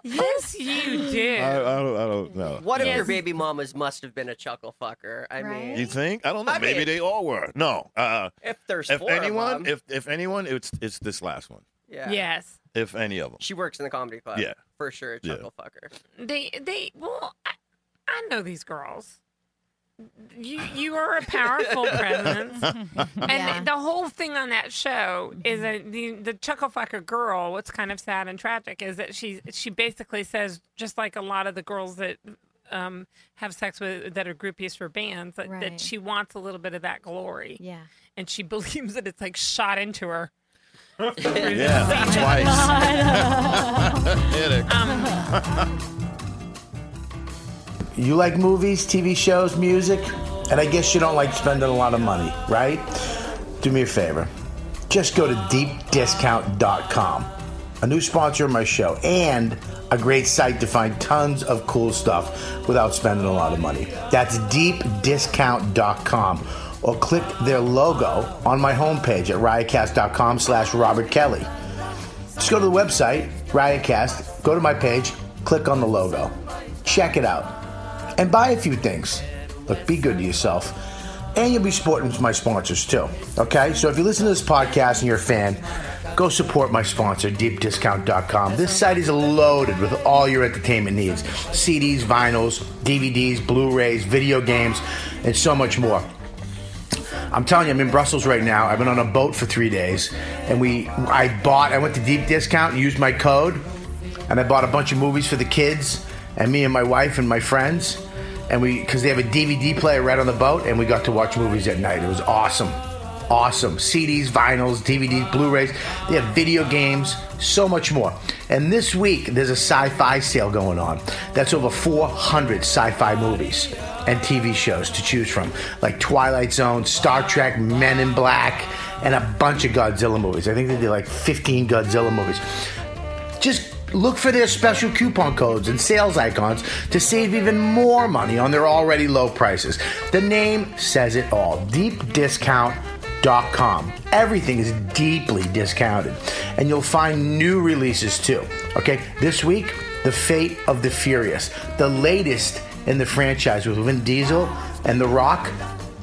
Yes, you I, do. I don't, I don't know. What no. if your baby mamas must have been a chuckle fucker? I mean, You think? I don't know. I Maybe mean- they all were. No. Uh, if there's if four of anyone, them. if if anyone, it's it's this last one. yeah. Yes. If any of them. She works in the comedy club. Yeah. For sure, a Yeah. chuckle fucker. They they well, I, I know these girls. You you are a powerful presence, and the whole thing on that show is that the the chuckle fucker girl. What's kind of sad and tragic is that she she basically says just like a lot of the girls that. Um, have sex with that are groupies for bands that, Right. that she wants a little bit of that glory, Yeah. and she believes that it's like shot into her. Yeah. Twice. Hit it. You like movies, TV shows, music, and I guess you don't like spending a lot of money, right? Do me a favor. Just go to deepdiscount.com, a new sponsor of my show, and a great site to find tons of cool stuff without spending a lot of money. That's deepdiscount.com. Or click their logo on my homepage at riotcast.com slash Robert Kelly. Just go to the website, Riotcast, go to my page, click on the logo. Check it out and buy a few things. Look, be good to yourself. And you'll be supporting my sponsors too. Okay? So if you listen to this podcast and you're a fan, go support my sponsor, deepdiscount.com. This site is loaded with all your entertainment needs CDs, vinyls, DVDs, Blu rays, video games, and so much more. I'm telling you, I'm in Brussels right now. I've been on a boat for three days, and we I bought. I went to deep discount, and used my code, and I bought a bunch of movies for the kids, and me and my wife and my friends, and we because they have a DVD player right on the boat, and we got to watch movies at night. It was awesome, awesome. CDs, vinyls, DVDs, Blu-rays. They have video games, so much more. And this week there's a sci-fi sale going on. That's over 400 sci-fi movies and TV shows to choose from, like Twilight Zone, Star Trek, Men in Black, and a bunch of Godzilla movies. I think they did like 15 Godzilla movies. Just look for their special coupon codes and sales icons to save even more money on their already low prices. The name says it all deepdiscount.com. Everything is deeply discounted, and you'll find new releases too. Okay, this week, The Fate of the Furious, the latest in the franchise with Vin Diesel and The Rock.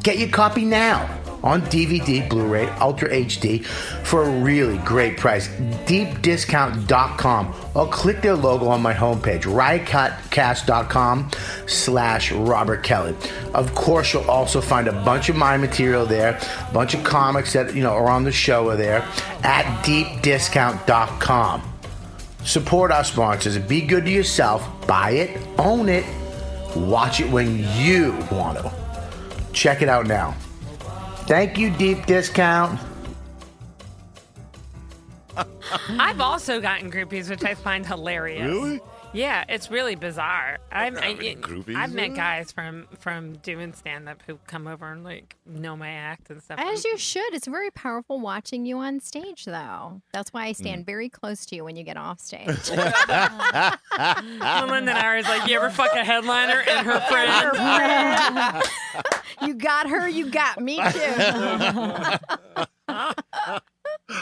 Get your copy now on DVD, Blu ray, Ultra HD for a really great price. Deepdiscount.com or click their logo on my homepage, riotcast.com slash Robert Kelly. Of course, you'll also find a bunch of my material there, a bunch of comics that you know are on the show are there at deepdiscount.com. Support our sponsors. Be good to yourself. Buy it, own it, watch it when you want to. Check it out now. Thank you, Deep Discount. I've also gotten groupies, which I find hilarious. Really? Yeah, it's really bizarre. I've, I, have any groupies I've in met it? guys from from doing stand up who come over and like know my act and stuff. As you should. It's very powerful watching you on stage, though. That's why I stand Mm. very close to you when you get off stage. Melinda and I are like, you ever fuck a headliner and her friend? you got her, you got me too. oh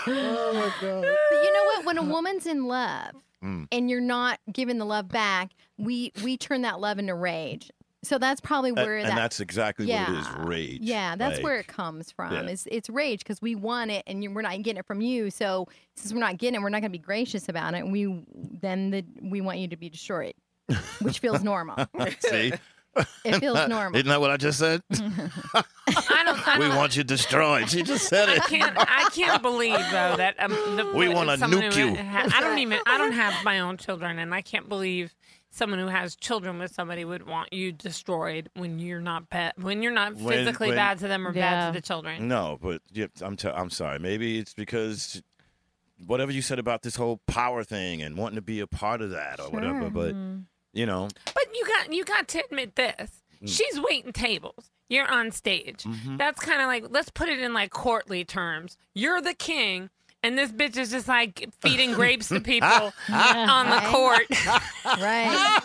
my god! But you know what? When a woman's in love Mm. and you're not giving the love back, we we turn that love into rage. So that's probably And, where and that that's exactly what it is. Yeah. Rage. Yeah, that's Like, where it comes from. yeah. It's it's rage because we want it and you, we're not getting it from you. So since we're not getting it, we're not going to be gracious about it. And we then the, we want you to be destroyed, which feels normal. See, It feels Not- normal. Isn't that what I just said? I don't. I we don't- want you destroyed. She just said I it. can't. I can't believe though that um, the, We that wanna someone nuke who you. ha- I don't even. I don't have my own children, and I can't believe someone who has children with somebody would want you destroyed when you're not bad. When you're not When- physically when- bad to them or Yeah. bad to the children. No, but yeah, I'm t- I'm sorry. Maybe it's because whatever you said about this whole power thing and wanting to be a part of that or whatever. Sure. But Mm-hmm. Mhm. you know, But you got you got to admit this. Mm. She's waiting tables. You're on stage. Mhm. That's kind of like let's put it in like courtly terms. You're the king, and this bitch is just like feeding grapes to people Yeah. on the Right. court. right.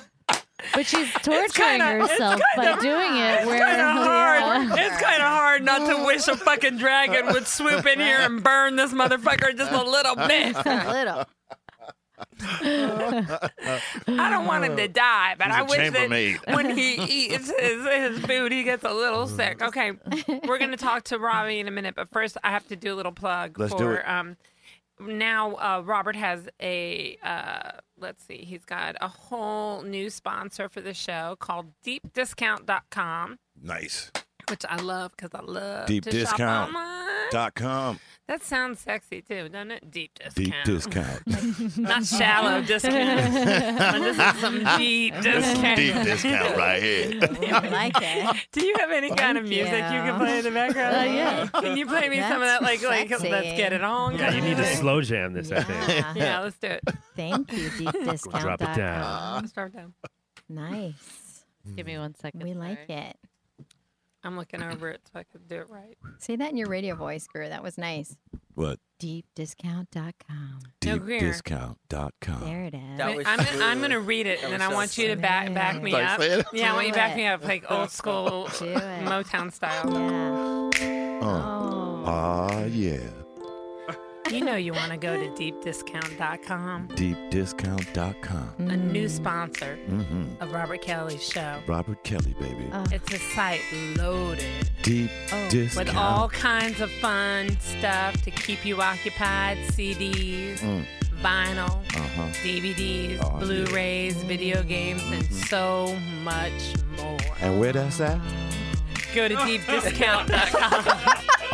But she's torturing kinda- it's herself by kinda- doing it. It's Where oh, kind of yeah. hard. It's kind of hard not to wish a fucking dragon would swoop in here and burn this motherfucker just a little bit. A little. I don't want him to die, but Mm-hmm. He's I a wish chambermaid. Mm-hmm. that when he eats his, his food, he gets a little sick. Okay, we're gonna talk to Robbie in a minute, but first I have to do a little plug Let's do for it. um. Now uh, Robert has a uh, let's see, he's got a whole new sponsor for the show called DeepDiscount.com, nice. which I love because I love to Shop online. DeepDiscount.com. That sounds sexy too, doesn't it? Deep discount. Deep discount. Not shallow discount. but this is some deep That's discount. some deep discount right here. like it. Do you have any kind of music you. can play in the background? Oh, yeah. Can you play me some of that? Like, like That's let's get it on. Yeah, kind you of need to music? slow jam this, I think. Yeah. Yeah, let's do it. Thank you, deepdiscount.com. Drop it down. Let's drop it down. Nice. Give me one second. We like it. I'm looking over it so I could do it right. Say that in your radio voice, Guru. That was nice. What? Deepdiscount.com. No, Greer. DeepDiscount.com. There it is. I'm, gonna, I'm gonna read it, and then I want you to back back me Like, up. say it. Yeah, I want Do you to back it. me up like old school Motown style. Oh. Ah, yeah. You know you want to go to deepdiscount.com, DeepDiscount.com. a Mm. new sponsor Mhm. of Robert Kelly's show. Robert Kelly, baby. It's a site loaded Deep discount. Oh. with all kinds of fun stuff to keep you occupied CDs, Mm. vinyl, Uh-huh. DVDs, Oh, yeah. Mm-hmm. Blu rays, video games, and so much more. And where that's at? Go to deepdiscount.com.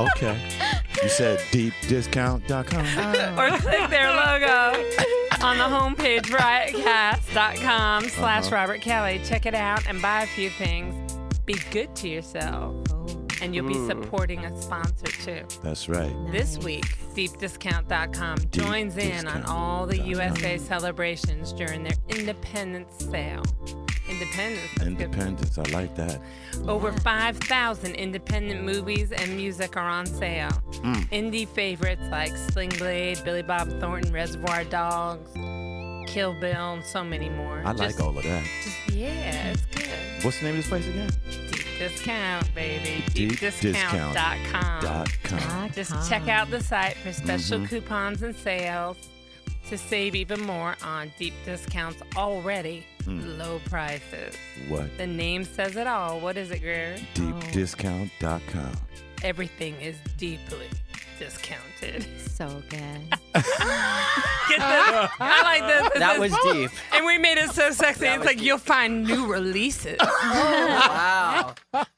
Okay. You said deepdiscount.com. or click their logo on the homepage, riotcast.com slash Uh-huh. Robert Kelly. Check it out and buy a few things. Be good to yourself, and you'll be Ooh. supporting a sponsor too. That's right. This week, deepdiscount.com joins in on all the USA celebrations during their independence sale. Independence. Independence. I like that. Over 5,000 independent movies and music are on sale. Mm. Indie favorites like Sling Blade, Billy Bob Thornton, Reservoir Dogs, Kill Bill, and so many more. I like Just- all of that. just- yeah, it's good. What's the name of this place again? Deep discount, baby. Deepdiscount Deepdiscount.com. dot com. Just check out the site for special Mhm. coupons and sales to save even more on deep discounts already Mm. low prices. What? The name says it all. What is it, Greer? Deepdiscount.com. Everything is deeply discounted. So good. Get this. I like this. It That says- was deep. And we made it so sexy. it's like you'll find new releases. wow. That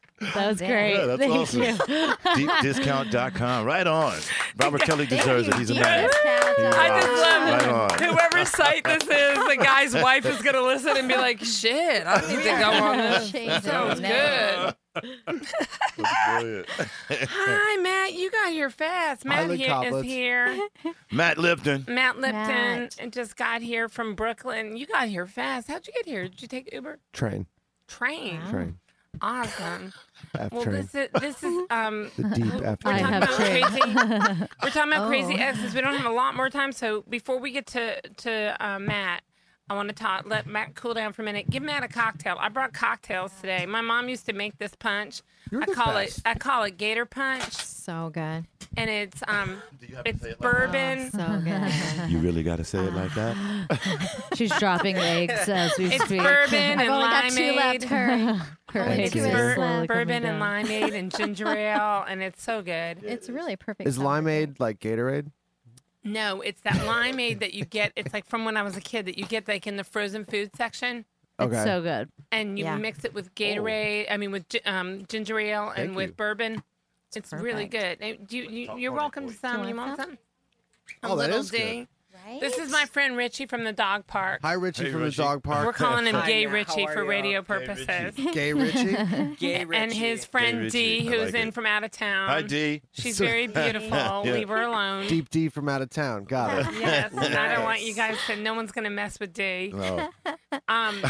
was great. Yeah, that's Thank awesome. you. Deepdiscount.com. Right on. Robert Kelly deserves it. He's a I man. just love Right it. on. Whoever site this is, the guy's wife is gonna listen and be like, "Shit, I need to go on Shades this." Sounds of good. Brilliant. Hi, Matt. You got here fast. Matt Highly here is complex. here. Matt Lipton. Matt Lipton Matt. and just got here from Brooklyn. You got here fast. How'd you get here? Did you take Uber? Train. Train. Train. Awesome. F Well, train. this is this is um. The deep F We're train. talking about crazy. We're talking about Oh. crazy exes. We don't have a lot more time, so before we get to to uh, Matt, I want to talk. Let Matt cool down for a minute. Give Matt a cocktail. I brought cocktails today. My mom used to make this punch. I the call best. it I call it Gator Punch, So good. Oh, and it's um it's bourbon. So good. You really got to say it like that? She's dropping eggs as we It's speak. bourbon and only got two limeade. left, hurry. Her Only eggs two are eggs slowly left. coming bourbon and down. limeade and ginger ale, and it's so good. It's really perfect. Is limeade like Gatorade? No, it's that limeade that you get. It's like from when I was a kid that you get like in the frozen food section. It's so good. And you Yeah. mix it with Gatorade. I mean, with gi- um, ginger ale and Thank with you. bourbon. It's really good. Hey, do you, you, you're welcome to some. Do You you want want some? Oh, that is good. Right? This is my friend Richie from the dog park. Hi, Richie Hey, from the dog park. We're calling him Hi, Gay how Richie are for ya? radio purposes. Gay Richie? Gay And his friend Richie. Dee, I who's like in it. from out of town. Hi, Dee. She's So- very beautiful. Yeah. Leave her alone. Deep D from out of town. Got it. Yes, and I don't want you guys to. No one's gonna mess with D. No. Um,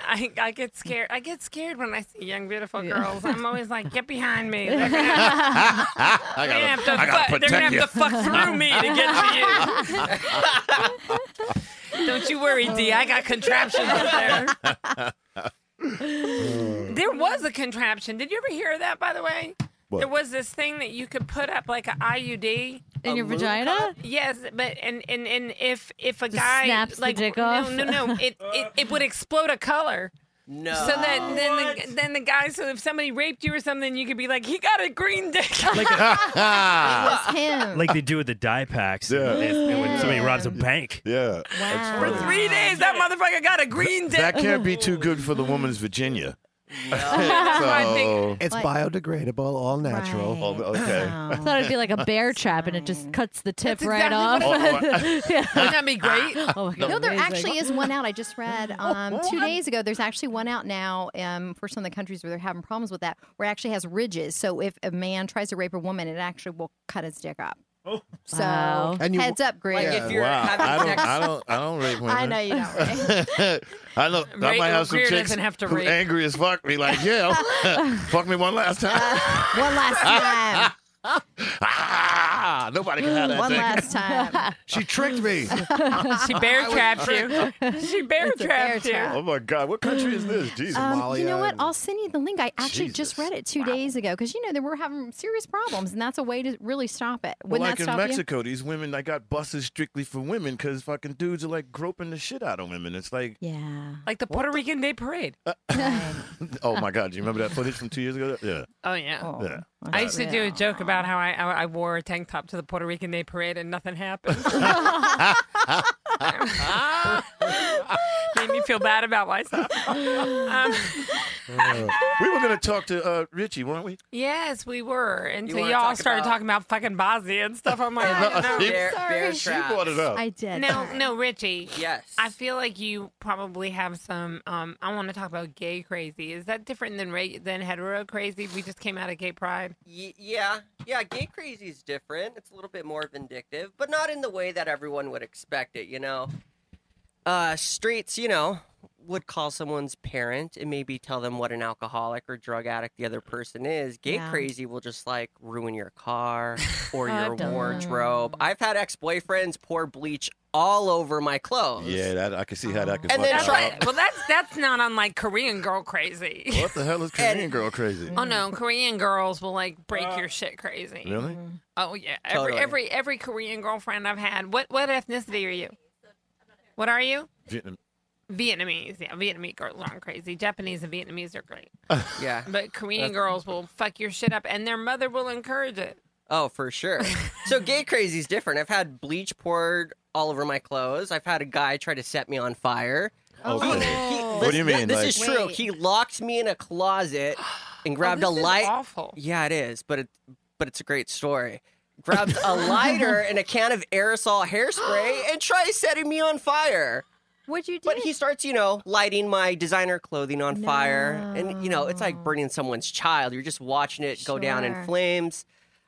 I, I get scared. I get scared when I see young beautiful girls. I'm always like, get behind me. They're gonna have, I they're gonna have to, I gotta fuck, they're gonna have protect to fuck you. through me to get to you. don't you worry, D. I got contraptions up there. There was a contraption. Did you ever hear of that? By the way, What? there was this thing that you could put up like an IUD In A your lube vagina? cup? Yes, but and and and if if a Just guy snaps the like dick no off? no no it, it it would explode a color. No. So that then the, then the guy so if somebody raped you or something you could be like he got a green dick. was him. Like they do with the die packs. Yeah. and- and when somebody robs a bank. Yeah. For three days that motherfucker got a green dick. That can't be too good for the woman's Virginia. It's Like- biodegradable, all natural. okay. I thought it'd be like a bear trap, and it just cuts the tip right exactly off. what Oh, it Yeah. Wouldn't that be great? Oh my No, God, there amazing. actually is one out. I just read um, two days ago. There's actually one out now um, for some of the countries where they're having problems with that, where it actually has ridges. So if a man tries to rape a woman, it actually will cut his dick up. Oh, so Wow. And you- heads up, Greg. wow. I don't, I don't, I don't rape women. I know you don't. I know. I Rape- might have some Greer chicks doesn't have to who rape. angry as fuck me. Like, yeah, fuck me one last time. one last ah, nobody can have that. One thing. last time. She tricked me. she bear trapped you. She bear It's a bear trapped you. trap. Oh my God, what country is this? Jesus, Um, you know what? I'll send you the link. I actually just read it two days ago because you know they were having serious problems, and that's a way to really stop it. Well, Wouldn't like that in stop you? Mexico, these women that got buses strictly for women because fucking dudes are like groping the shit out of women. It's like, yeah. Like the Puerto Rican Day Parade. Uh, oh my God, do you remember that footage from two years ago? Yeah. Oh yeah. yeah. I used to do a joke about how I, I I wore a tank top to the Puerto Rican Day Parade and nothing happened. Made me feel bad about myself. Um, we were going to talk to uh, Richie, weren't we? yes, we were until wanna y'all talk started about- talking about fucking Bosnia and stuff. I'm like, no, No, she- no. Sorry. she brought it up. I did. No, no, Richie. Yes. I feel like you probably have some. Um, I want to talk about gay crazy. Is that different than re- than hetero crazy? We just came out of gay pride. Y- yeah, yeah. Gay crazy is different. It's a little bit more vindictive, but not in the way that everyone would expect it. You know, uh, streets. You know, would call someone's parent and maybe tell them what an alcoholic or drug addict the other person is. Gay Yeah. crazy will just like ruin your car or your I've done that. wardrobe. I've had ex boyfriends pour bleach all over my clothes. Yeah, that, I can see how that could And then fuck try- up. Well, that's that's not unlike Korean girl crazy. What the hell is Korean girl crazy? Oh no, Mm. Korean girls will like break Uh, your shit crazy. Really? Oh yeah. Totally. Every every every Korean girlfriend I've had. What what ethnicity are you? What are you? Vietnam. Vietnamese. Yeah, Vietnamese girls aren't crazy. Japanese and Vietnamese are great. Yeah. But Korean That's- girls will fuck your shit up and their mother will encourage it. Oh, for sure. so gay crazy is different. I've had bleach poured all over my clothes. I've had a guy try to set me on fire. Oh, Okay. Listen, What do you thi- mean? This like, is true. He locked me in a closet and grabbed Oh, this a is light. awful. Yeah, it is, but it but it's a great story. Grabbed a lighter and a can of aerosol hairspray and tries setting me on fire. What'd you do? But he starts, you know, lighting my designer clothing on fire. And, you know, it's like burning someone's child. You're just watching it go down in Sure. flames.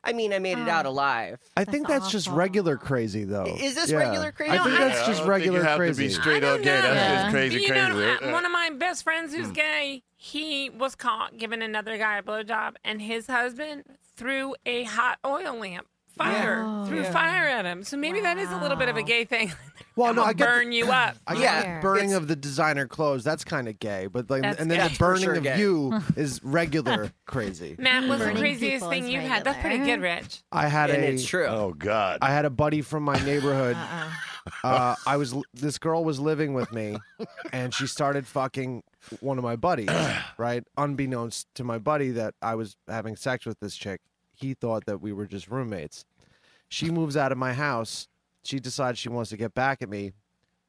I mean, I made it Oh. out alive. I think that's just regular crazy, though. Is this Yeah. regular crazy? I think No, I- that's just I don't think you regular have to be crazy. straight I up don't gay. That's know. just crazy, But you crazy, know, right? Hmm. I- one of my best friends who's gay, he was caught giving another guy a blowjob, and his husband threw a hot oil lamp fire Oh. threw fire at him. So maybe that is a little bit of a gay thing. Well, I'm no, gonna I get burn you up. I yeah, burning of the designer clothes. That's kind of gay, but like, That's and then gay. the That's for burning sure of gay. you is regular crazy. Matt, what's the Burning craziest people thing is you had? That's pretty good, Rich. I had And a. it's true. Oh God. I had a buddy from my neighborhood. Uh-uh. uh, I was this girl was living with me, and she started fucking one of my buddies. right, unbeknownst to my buddy that I was having sex with this chick. He thought that we were just roommates. She moves out of my house. She decides she wants to get back at me.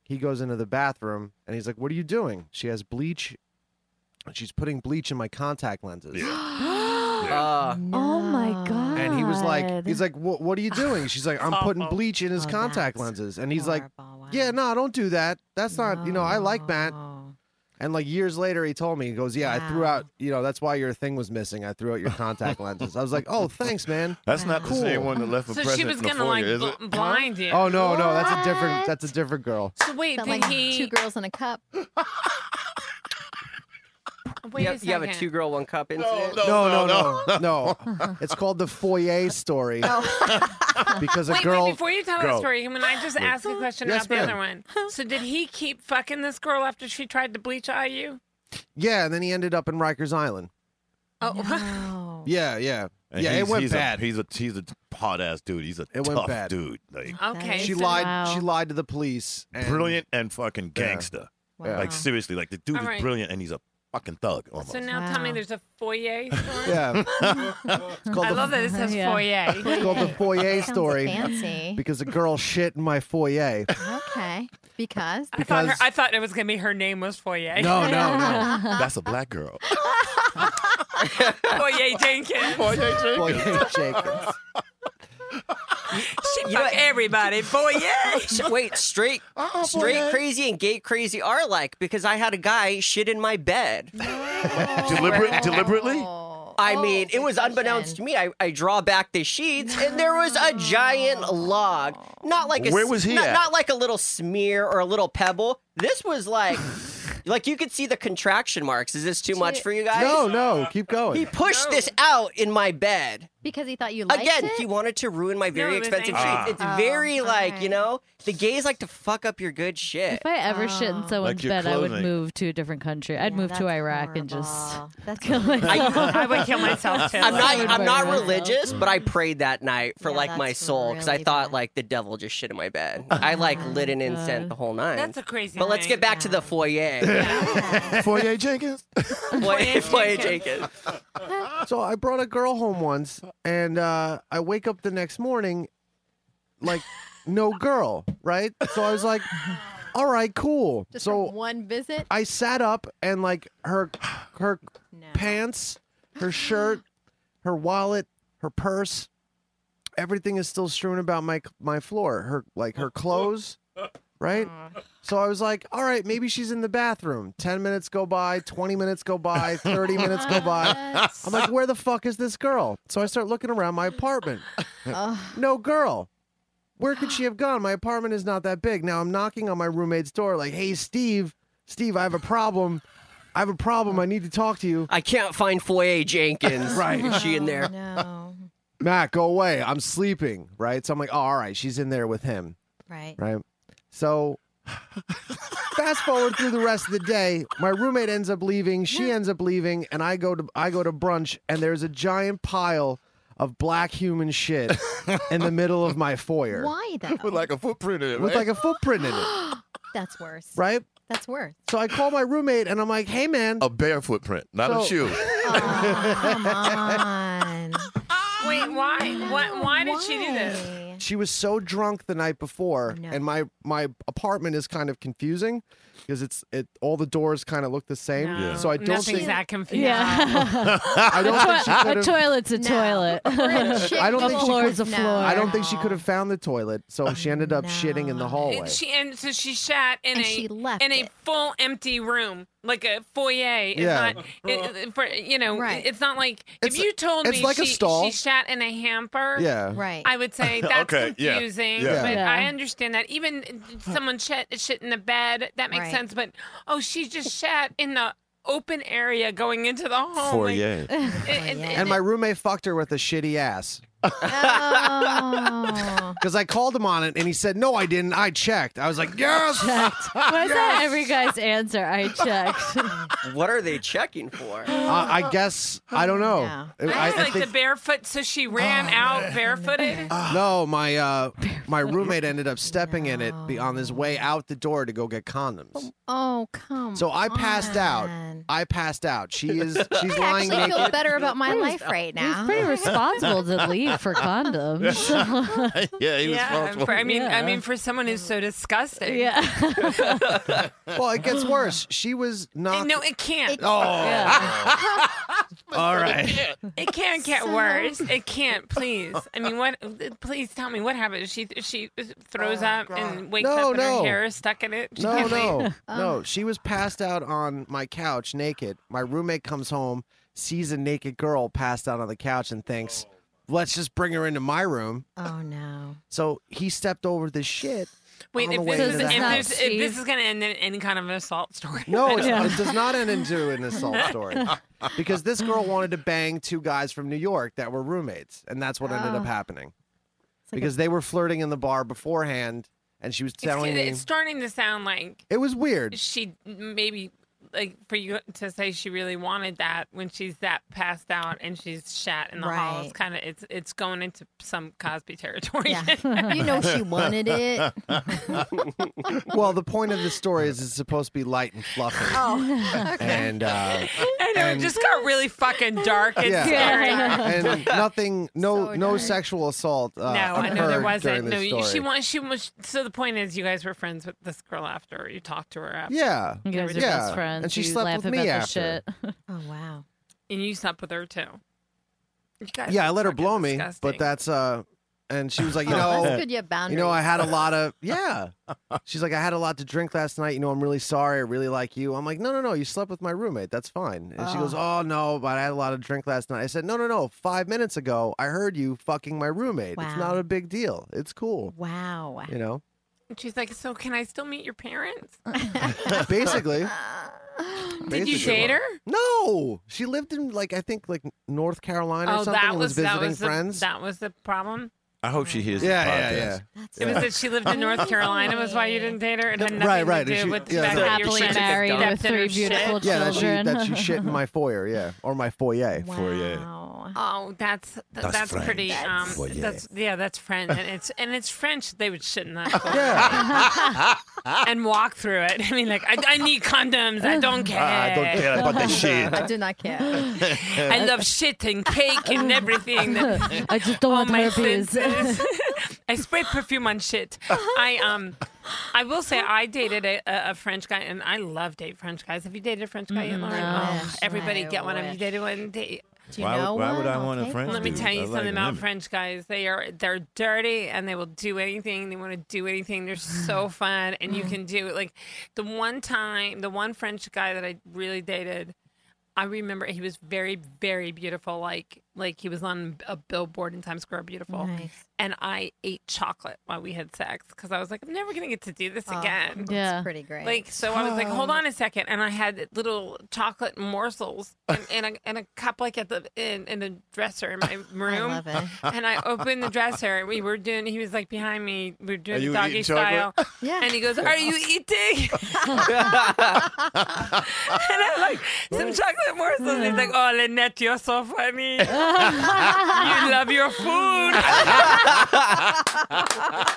He goes into the bathroom and he's like, "What are you doing?" She has bleach. and She's putting bleach in my contact lenses. Uh, oh my god! And he was like, he's like, "What? What are you doing?" She's like, "I'm putting bleach in Oh, his contact lenses." And he's like, "Yeah, no, don't do that. That's not. You know, I like that." And like years later, he told me, he goes, "Yeah, I threw out. You know, that's why your thing was missing. I threw out your contact lenses." I was like, "Oh, thanks, man." That's not cool. the same one that left for So she president was gonna, before like, you, is bl- it? blind you. Oh no, no, that's a different. That's a different girl. So wait, Felt did like he? two girls in a cup. Oh, Wait you, a have, you have a second. two girl one cup incident. No, no, no, no. it's called the foyer story because a Oh. wait, girl. wait, before you tell that girl- story, can I just Wait. ask a question Yes, about the ma'am. other one? So did he keep fucking this girl after she tried to bleach eye you? Yeah, and then he ended up in Rikers Island. Oh, Yeah, yeah, And yeah. It he's- went he's bad. A, he's a he's a hot ass dude. He's a It tough went bad. dude. Like Okay, She so- lied. She lied to the police. And brilliant and fucking gangster. Wow. Like seriously, like the dude All is right. brilliant and he's a fucking thug almost. So now tell me, there's a foyer. story? Yeah. I the- love that it says Yeah. foyer. It's called the foyer Sounds story fancy. because a girl shit in my foyer. Okay, because I thought, her, Because- I thought it was gonna be her name was Foyer. No, no, no. That's a black girl. Foyer Jenkins. Foyer Jenkins. Foyer Jenkins. She fuck everybody. Foyer. S- Wait, straight, Oh, straight boy. crazy and gay crazy are alike because I had a guy shit in my bed. Deliberate, deliberately. I mean, Oh, it was unbeknownst to me. I, I draw back the sheets, and there was a giant log. Not like a, Where s- was he Not, at? not like a little smear or a little pebble. This was like, like you could see the contraction marks. Is this too much for you guys? No, no, keep going. He pushed this out in my bed. because he thought you liked Again, it. he wanted to ruin my very it was expensive angry. sheets. It's Ah. very Oh, like, alright. you know, the gays like to fuck up your good shit. If I ever shit Oh. in someone's your bed, I would clothing. move to a different country. I'd move to Iraq and just that's kill myself. I'm I would not. I'm burn not myself. religious, but I prayed that night for like my that's soul because I really thought like the devil just shit in my bed. I like lit an incense the whole night. That's a crazy But let's thing. get back to the foyer. Foyer Jenkins. foyer, foyer Jenkins. So I brought a girl home once, and uh, I wake up the next morning, like no girl, right? So I was like, "All right, cool." Just so from one visit. I sat up and like her, her pants, her shirt, her wallet, her purse, everything is still strewn about my my floor. Her like her clothes, right? So I was like, all right, maybe she's in the bathroom. Ten minutes go by, twenty minutes go by, thirty minutes go by. I'm like, where the fuck is this girl? So I start looking around my apartment. No girl. Where could she have gone? My apartment is not that big. Now I'm knocking on my roommate's door, like, hey, Steve, Steve, I have a problem. I have a problem. I need to talk to you. I can't find foyer Jenkins. Right. Is she in there? Matt, go away. I'm sleeping. Right. So I'm like, oh, all right, she's in there with him. Right. Right. So fast forward through the rest of the day, my roommate ends up leaving, she ends up leaving, and I go to I go to brunch and there's a giant pile of black human shit in the middle of my foyer. Why though? With like a footprint in it. With right? like a footprint in it. That's worse. Right? That's worse. So I call my roommate and I'm like, hey man. Oh. A bare footprint, not a So- shoe. Come on. Wait, why? What? Why did she do this? She was so drunk the night before, and my my apartment is kind of confusing because it's it all the doors kind of look the same. No, So I don't nothing's think that confusing. Yeah. I don't think she A could toi- a have- toilet's a No. toilet. I don't the think floor's she a could, floor. I don't think she could have found the toilet, so she ended up shitting in the hallway. And she and so she shat in a in a full empty room, like a foyer. Is Yeah. not it- it- for you know, Right. it's not like It's- if you told it's me like a she, stall. she shat in a hamper. Yeah. Right. I would say that's Okay, yeah, confusing, yeah. but Yeah. I understand that. Even someone shit shit in the bed, that makes Right. sense. But oh, she just shat in the open area going into the Oh, home. like- Foyer. it- it- and my roommate fucked her with a shitty ass. Because I called him on it, and he said, "No, I didn't. I checked." I was like, "Yes." Checked. Why is that every guy's answer? I checked. What are they checking for? Uh, I guess I don't know. I, I- was I like think- the barefoot, so she ran out barefooted. no, my uh, my roommate ended up stepping in it be- on his way out the door to go get condoms. Oh come. So I passed out. I passed out. She is she's lying I actually naked. feel better about my life right now. Pretty responsible to leave money for condoms. yeah, he was yeah, responsible. for, I mean, I Yeah. mean, for someone who's so disgusting. Yeah. well, it gets worse. She was not. No, it can't. Oh. Yeah. All right. It can't get So- worse. It can't. Please. I mean, what? Please tell me what happened. She she throws up and wakes No, up and no. her hair is stuck in it. She No, can't no, leave. Um, no. She was passed out on my couch naked. My roommate comes home, sees a naked girl passed out on the couch, and thinks, let's just bring her into my room. Oh no. So he stepped over the shit. Wait, on the if this, way to is, the if, house. this, if this is going to end in any kind of an assault story. No, it's, I don't- it does not end into an assault story because this girl wanted to bang two guys from New York that were roommates, and that's what ended Oh. up happening like because they were flirting in the bar beforehand, and she was telling Excuse- me it's starting to sound like it was weird. she maybe like for you to say she really wanted that when she's that passed out and she's shat in the hall. It's Right. kind of it's it's going into some Cosby territory. Yeah. You know she wanted it. well, the point of the story is it's supposed to be light and fluffy, Oh, okay. and uh, I know and- it just got really fucking dark and yeah, scary. and nothing, no, no sexual assault. Uh, no, I know there occurred wasn't. No, during this you- she story. wants. She was. So the point is, you guys were friends with this girl after. or You talked to her after. Yeah, You guys are yeah, best friends. and she you slept laugh with me about after. The shit. Oh wow. And you slept with her too. You guys yeah, are I let her fucking blow me, disgusting. but that's uh, and she was like, you Oh, know, that's good you have You know, I boundaries. had a lot of yeah. She's like, I had a lot to drink last night. You know, I'm really sorry. I really like you. I'm like, no, no, no. You slept with my roommate. That's fine. And she goes, oh no, but I had a lot of drink last night. I said, no, no, no. Five minutes ago, I heard you fucking my roommate. It's Wow. not a big deal. It's cool. Wow. You know, And she's like, "So can I still meet your parents? Uh, basically. Did you basically. date her? No, she lived in like I think like North Carolina or Oh, something. that and was was visiting that was friends. The, that was the problem. I hope she hears Yeah, the yeah, podcast. yeah. It was that she lived in North Carolina was why you didn't date her. It had nothing Right, right. to and do she- with the yeah, fact that- that your Happily friend married stepped with in her three shit. beautiful yeah, that she, that she children. shit in my foyer, yeah, or my foyer. Foyer. Oh, that's th- That's that's, French. pretty. Um, Well, yeah. That's yeah, that's French, and it's and it's French. They would shit in that. Yeah. and walk through it. I mean, like I, I need condoms. I don't care. I don't care about the shit. I do not care. I love shit and cake and everything. That, I just don't all want my herpes. senses. I spray perfume on shit. I um, I will say I dated a, a a French guy, and I love date French guys. Have you dated a French guy yet, Mm, Lauren? no. Oh, Wish, everybody I get one. Have you wish. dated one? Do Do you Why would- know why would one? I want a I'll take French Let me dude. tell I you like something about women. French guys. They are they're dirty and they will do anything. They want to do anything. They're so fun, and you can do it. Like the one time, the one French guy that I really dated. I remember he was very, very beautiful. Like, like he was on a billboard in Times Square, beautiful. Nice. And I ate chocolate while we had sex because I was like, I'm never gonna get to do this Oh, again. that's Yeah. pretty great. Like, so I was like, hold Um, on a second, and I had little chocolate morsels and, and, a, and a cup like at the in, in the dresser in my room. love it. And I opened the dresser. We were doing. He was like behind me. We were Are doing you the eating doggy style. chocolate? Yeah. And he goes, Are you eating? and I'm like, some chocolate morsels. And he's like, oh, Lynette, you're so funny. you love your food.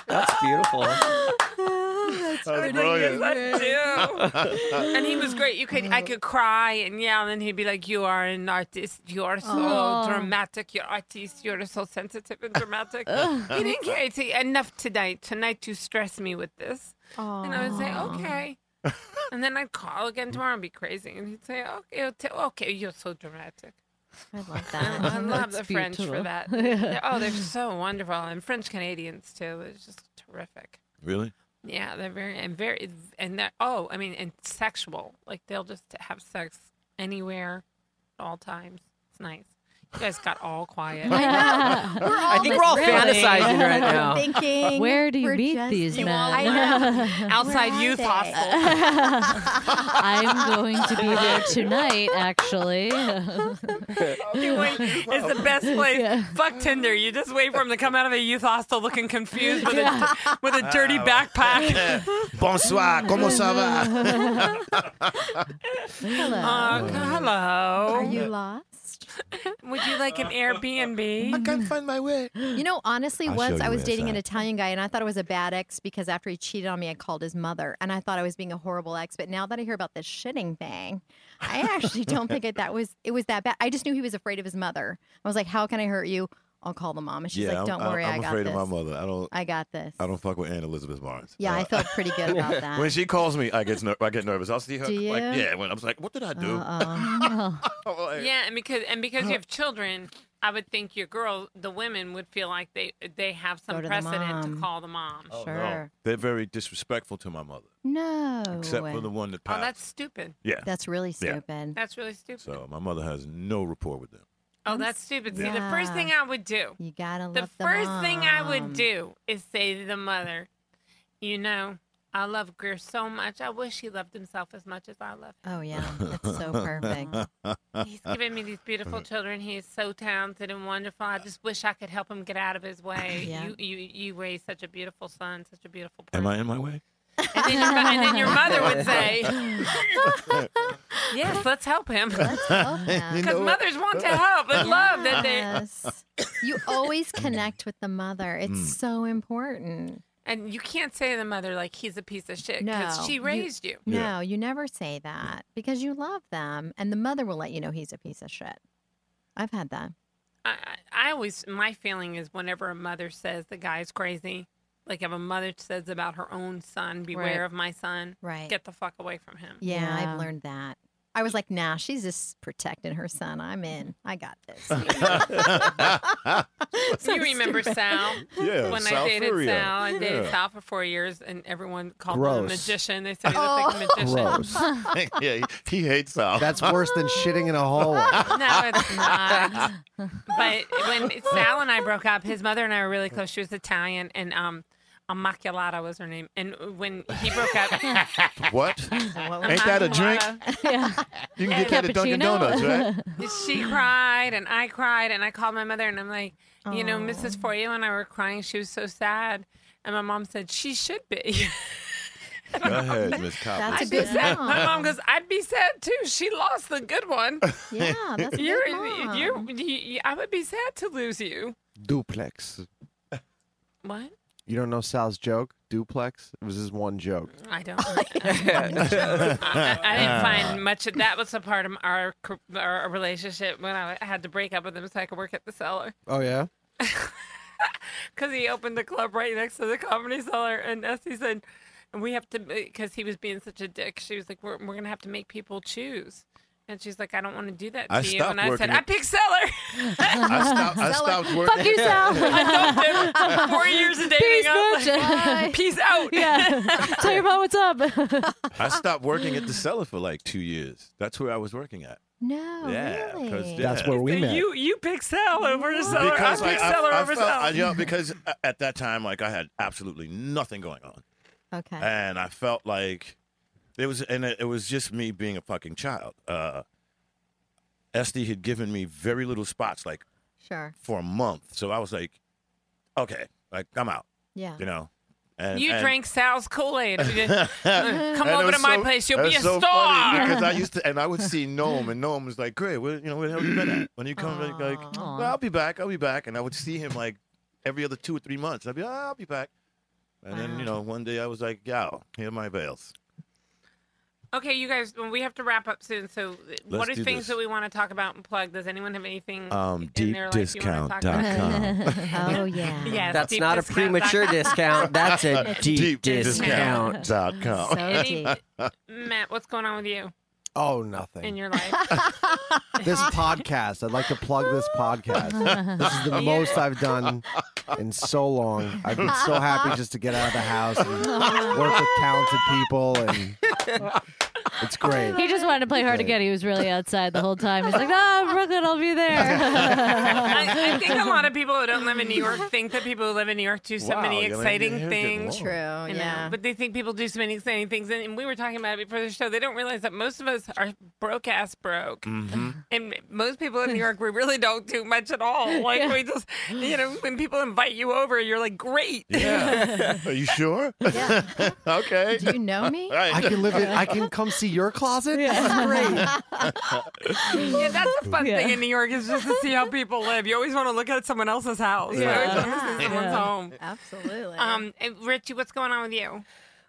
That's beautiful. That's and he was great. You could, I could cry and yell, and he'd be like, "You are an artist. You are so Oh. dramatic. You're artist. You're so sensitive and dramatic." he didn't care. He'd say, "Enough tonight. Tonight you stress me with this." And I would say, Aw. "Okay." and then I'd call again tomorrow and be crazy, and he'd say, "Okay, he'll tell- okay, you're so dramatic." I love And I love the That's French for beautiful. that. Yeah. They're- oh, they're so wonderful, and French Canadians too. It's just terrific. Really? Yeah, they're very and very and that oh, I mean, and sexual. Like they'll just have sex anywhere, at all times. It's nice. You guys got all quiet. We're all I think we're all just really fantasizing right now. Thinking. Where do you we're meet just- these men? I know. Outside Where are youth they? hostel. I'm going to be there tonight, actually. You wait- it's the best place. Fuck Tinder. You just wait for them to come out of a youth hostel looking confused with a, with a dirty backpack. Bonsoir, comment ça va? Hello. Uh, hello. Are Oh, you lost? Would you like an Airbnb? I can't find my way. You know, honestly, I'll once show I you was where dating it's an at. Italian guy and I thought I was a bad ex because after he cheated on me, I called his mother and I thought I was being a horrible ex. But now that I hear about this shitting thing, I actually don't think it, that was it was that bad. I just knew he was afraid of his mother. I was like, how can I hurt you? I'll call the mom. And she's yeah, like, I'm- don't I'm, worry, I'm I got afraid this. of my mother. I don't. I got this. I don't fuck with Anne Elizabeth Barnes. Uh, Yeah, I felt pretty good about that. when she calls me, I get ner- I get nervous. I'll see her. Do Like, you? Uh-uh. yeah, when I'm like, what did I do? Oh, yeah, and because and because you have children, I would think your girl, the women, would feel like they they have Go some to the precedent to mom. call the mom. Oh, no. They're very disrespectful to my mother, No. except for the one that Oh, passed. that's stupid. yeah, That's really Yeah. stupid. That's really stupid. So my mother has no rapport with them. Oh, that's stupid. See, the first Yeah. thing I would do, You gotta the love the first thing I would mom. do is say to the mother, you know, I love Greer so much. I wish he loved himself as much as I love him. Oh yeah, that's so perfect. He's giving me these Uh-huh. beautiful children. He is so talented and wonderful. I just wish I could help him get out of his way. Yeah. You, you, you raised such a beautiful son, such a beautiful. Am I in my way? And then your, mo- and then your mother would say, "Yes, let's help him." You Because know- mothers want to help and love that they. Yes. You always connect with the mother. It's Mm. so important. And you can't say to the mother like he's a piece of shit No, because she raised you. No, you never say that because you love them, and the mother will let you know he's a piece of shit. I've had that. I, I I always my feeling is whenever a mother says the guy's crazy, like if a mother says about her own son, "Beware Right. of my son," Right. Get the fuck away from him. Yeah, I've learned that. I was like, nah, she's just protecting her son. I'm in. I got this. So you remember stupid. Sal? Yeah, When Sal I dated Furia. Sal, I dated Yeah. Sal for four years, and everyone called him a Gross. magician. They said he looked like a magician. Gross. yeah, he, he hates Sal. That's worse than shitting in a hole. No, it's not. but when Sal and I broke up, his mother and I were really close. She was Italian, and um, Immaculata was her name. And when he broke up, What? Ain't that a drink? You can get that at Dunkin' Donuts, right? she cried and I cried and I called my mother and I'm like, you know, Aw. Mrs. Forio and I were crying. She was so sad, and my mom said she should be. Go ahead, Miss Copper. I just said- My mom goes, I'd be sad too. She lost the good one. Yeah, that's a you're, good mom. You're, you- I would be sad to lose you. Duplex. What? You don't know Sal's joke? Duplex? It was his one joke. I don't. Oh, I, I Uh. didn't find much. Of, that was a part of our co- our relationship when I had to break up with him so I could work at the cellar Oh yeah. because he opened the club right next to the comedy cellar. And Essie said, "We have to," because he was being such a dick. She was like, "We're we're gonna have to make people choose." And she's like, "I don't want to do that to I you." stopped And I said, working "I at- pick cellar." I stopped. I stopped working. I stopped him. Four years of dating. Peace, I was like, bitch. "Bye." Peace out. Yeah. Tell your mom what's up. I stopped working at the cellar for like two years. That's where I was working at. No, yeah, Oh, really? That's where we met. You you pick Sal over to Cellar. Because I pick like, I, Cellar I over felt- Cellar. I- you know, because a- at that time, like I had absolutely nothing going on, Okay. and I felt like it was, and it, it was just me being a fucking child. Uh, Esty had given me very little spots, like Sure. for a month, so I was like, okay, like I'm out. Yeah. You know, and you and- drank Sal's Kool Aid. And Come it over was to my so- place. You'll be it was a so star. funny because I used to, and I would see Gnome, and Gnome was like, "Great, where, you know, where the hell you been at? When you come, like, like, well, I'll be back, I'll be back," and I would see him like every other two or three months. I'd be, oh, "I'll be back," and then you know, one day I was like, "Yo, here are my veils." Okay, you guys, well, we have to wrap up soon. So, what Let's are do things this. that we want to talk about and plug? Does anyone have anything Um, in their life you want to talk about? deepdiscount.com. oh yeah. Yes, That's not a premature discount. That's a deep, discount. Deepdiscount.com. So deep. Matt, what's going on with you Oh, nothing. in your life? this podcast. I'd like to plug this podcast. This is the Yeah. most I've done in so long. I've been so happy just to get out of the house and work with talented people, and it's great. He just wanted to play hard to get. He was really outside the whole time. He's like, oh, Brooklyn, I'll be there. I, I think a lot of people who don't live in New York think that people who live in New York do so Wow, many you know, exciting you're getting things. long. True, Oh, You know, yeah. But they think people do so many exciting things. And we were talking about it before the show. They don't realize that most of us are broke ass broke. And most people in New York, we really don't do much at all. Like, we just, you know, when people invite you over, you're like, great. Yeah. Are you sure? Yeah. okay. Do you know me? Right. I can live in. I can come see your closet. That's great. yeah, that's the fun Yeah. thing in New York is just to see how people live. You always want to look at someone else's house. You Yeah. always want to see someone's Yeah. home. Absolutely. Um, and Richie, what's going on with you?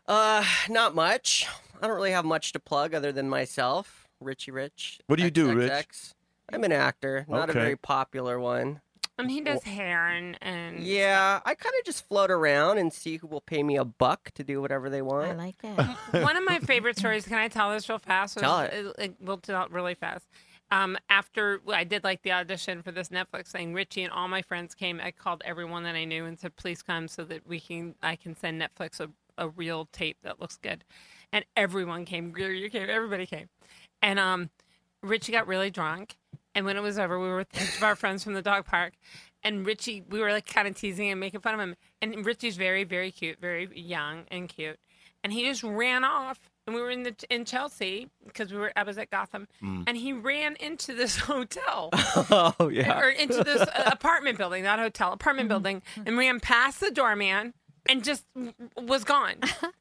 Uh, not much. I don't really have much to plug other than myself, Richie Rich. What do you do, Rich? XXX. I'm an actor, not Okay. a very popular one. Um, he does hair and, and Yeah, I kind of just float around and see who will pay me a buck to do whatever they want. I like that. One of my favorite stories. Can I tell this real fast? Was- Tell it. We'll tell it really fast. Um, after well, I did like the audition for this Netflix thing, Richie and all my friends came. I called everyone that I knew and said, "Please come so that we can I can send Netflix a, a real tape that looks good." And everyone came. Greer, You came. Everybody came. And um, Richie got really drunk. And when it was over, we were with each of our friends from the dog park. And Richie, we were like kind of teasing and making fun of him. And Richie's very, very cute, very young and cute. And he just ran off. And we were in the in Chelsea because we were I was at Gotham, Mm. and he ran into this hotel Oh yeah. or into this uh, apartment building, not hotel, apartment building, and ran past the doorman and just w- was gone.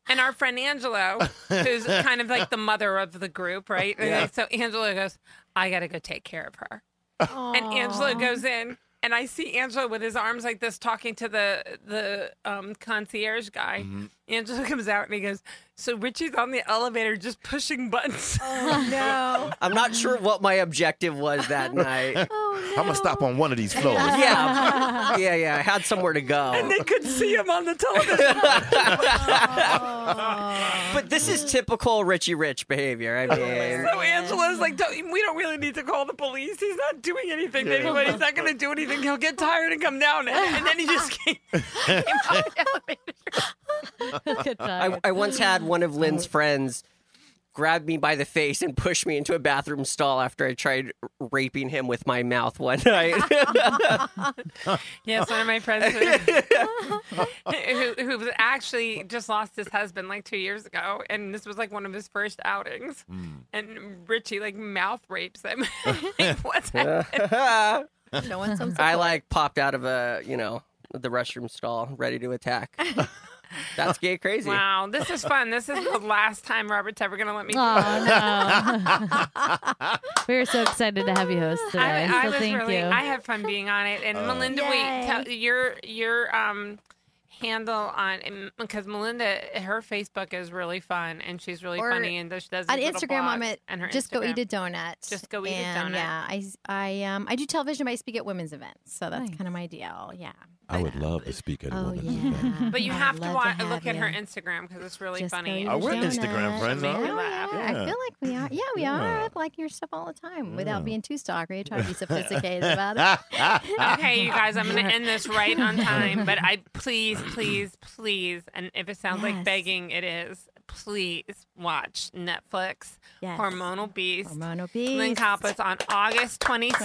And our friend Angelo, who's kind of like the mother of the group, right? And Yeah. so Angelo goes, I got to go take care of her. And Angelo goes in, and I see Angelo with his arms like this talking to the the um, concierge guy. Mhm. Angelo comes out and he goes, "So Richie's on the elevator, just pushing buttons." Oh no! I'm not sure what my objective was that night. Oh, I'm gonna stop on one of these floors. yeah, yeah, yeah. I had somewhere to go. and they could see him on the television. But this is typical Richie Rich behavior. I mean, So Angela's like, don't, we don't really need to call the police. He's not doing anything to Yeah. anybody. He's not going to do anything. He'll get tired and come down. And, and then he just came. I, I once had one of Lynn's friends grab me by the face and push me into a bathroom stall after I tried raping him with my mouth one night. Yes, one of my friends who, who, who was actually just lost his husband like two years ago, and this was like one of his first outings. And Richie like mouth rapes him. Like, what's happening? Showing some I like popped out of a, you know, the restroom stall ready to attack. That's gay crazy. Wow, this is fun. This is the last time Robert's ever going to let me do Oh, this. no. we were so excited to have you host today. I, I so was thank really, you. I had fun being on it. And Oh. Melinda, Yay. wait, tell, your your um handle on because Melinda, her Facebook is really fun and she's really Or funny and does- she does on these little Instagram, I'm blogs at and her just go Instagram. eat a donut. Just go eat a And, donut. Yeah, I I um I do television, but I speak at women's events, so that's kind of my deal. Yeah. Oh, I would love to speak Oh, at a woman's event. But you have to love to watch, have look at her you. Instagram because it's really Just funny. go Uh, we're Instagram friends, Make aren't we? you laugh. Yeah, I Yeah. feel like we are. Yeah, we Yeah. are. I like your stuff all the time without Yeah. being too stalkery. Try to be sophisticated about it. okay, you guys, I'm going to end this right on time, but I please, please, please, and if it sounds like begging, it is. Please watch Netflix Yes. Hormonal Beast. Hormonal Lynn Beast. Coppola on August 22nd.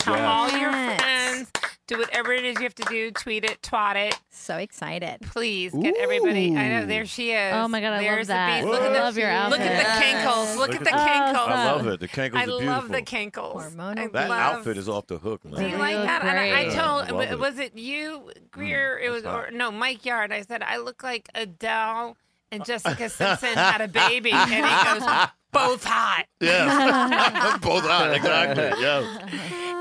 Tell 22nd. all your Yes. friends. Do whatever it is you have to do. Tweet it, twat it. So excited. Please get everybody. I know, there she is. Oh my God, I love There's that. The beast. Look at I the, love your Look outfit. at the cankles. Look, Look at the at that. cankles. I love it. The cankles I are love the cankles. I That love- outfit is off the hook, man. do you like that? And I, I Yeah, told, love it. Mm, was it you, Greer? it was, or, no, Mike Yard. I said, I look like Adele Uh, and Jessica Simpson had a baby. And he goes, both hot. Yes. Both on, exactly. Yeah.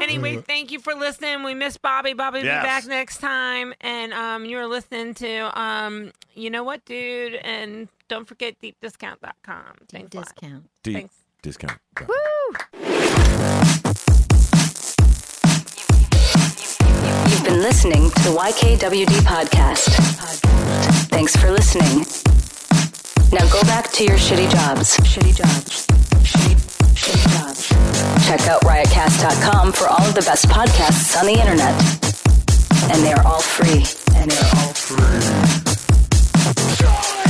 Anyway, thank you for listening. We miss Bobby. Bobby will Mm. Yes. be back next time. And um, you're listening to, um, you know what, dude? And don't forget deepdiscount.com. Thanks discount. Deep Thanks. discount. You've been listening to the YKWD podcast. Thanks for listening. Now go back to your shitty jobs. Shitty jobs. Check out riotcast.com for all of the best podcasts on the internet. And they are all free. And they are all free.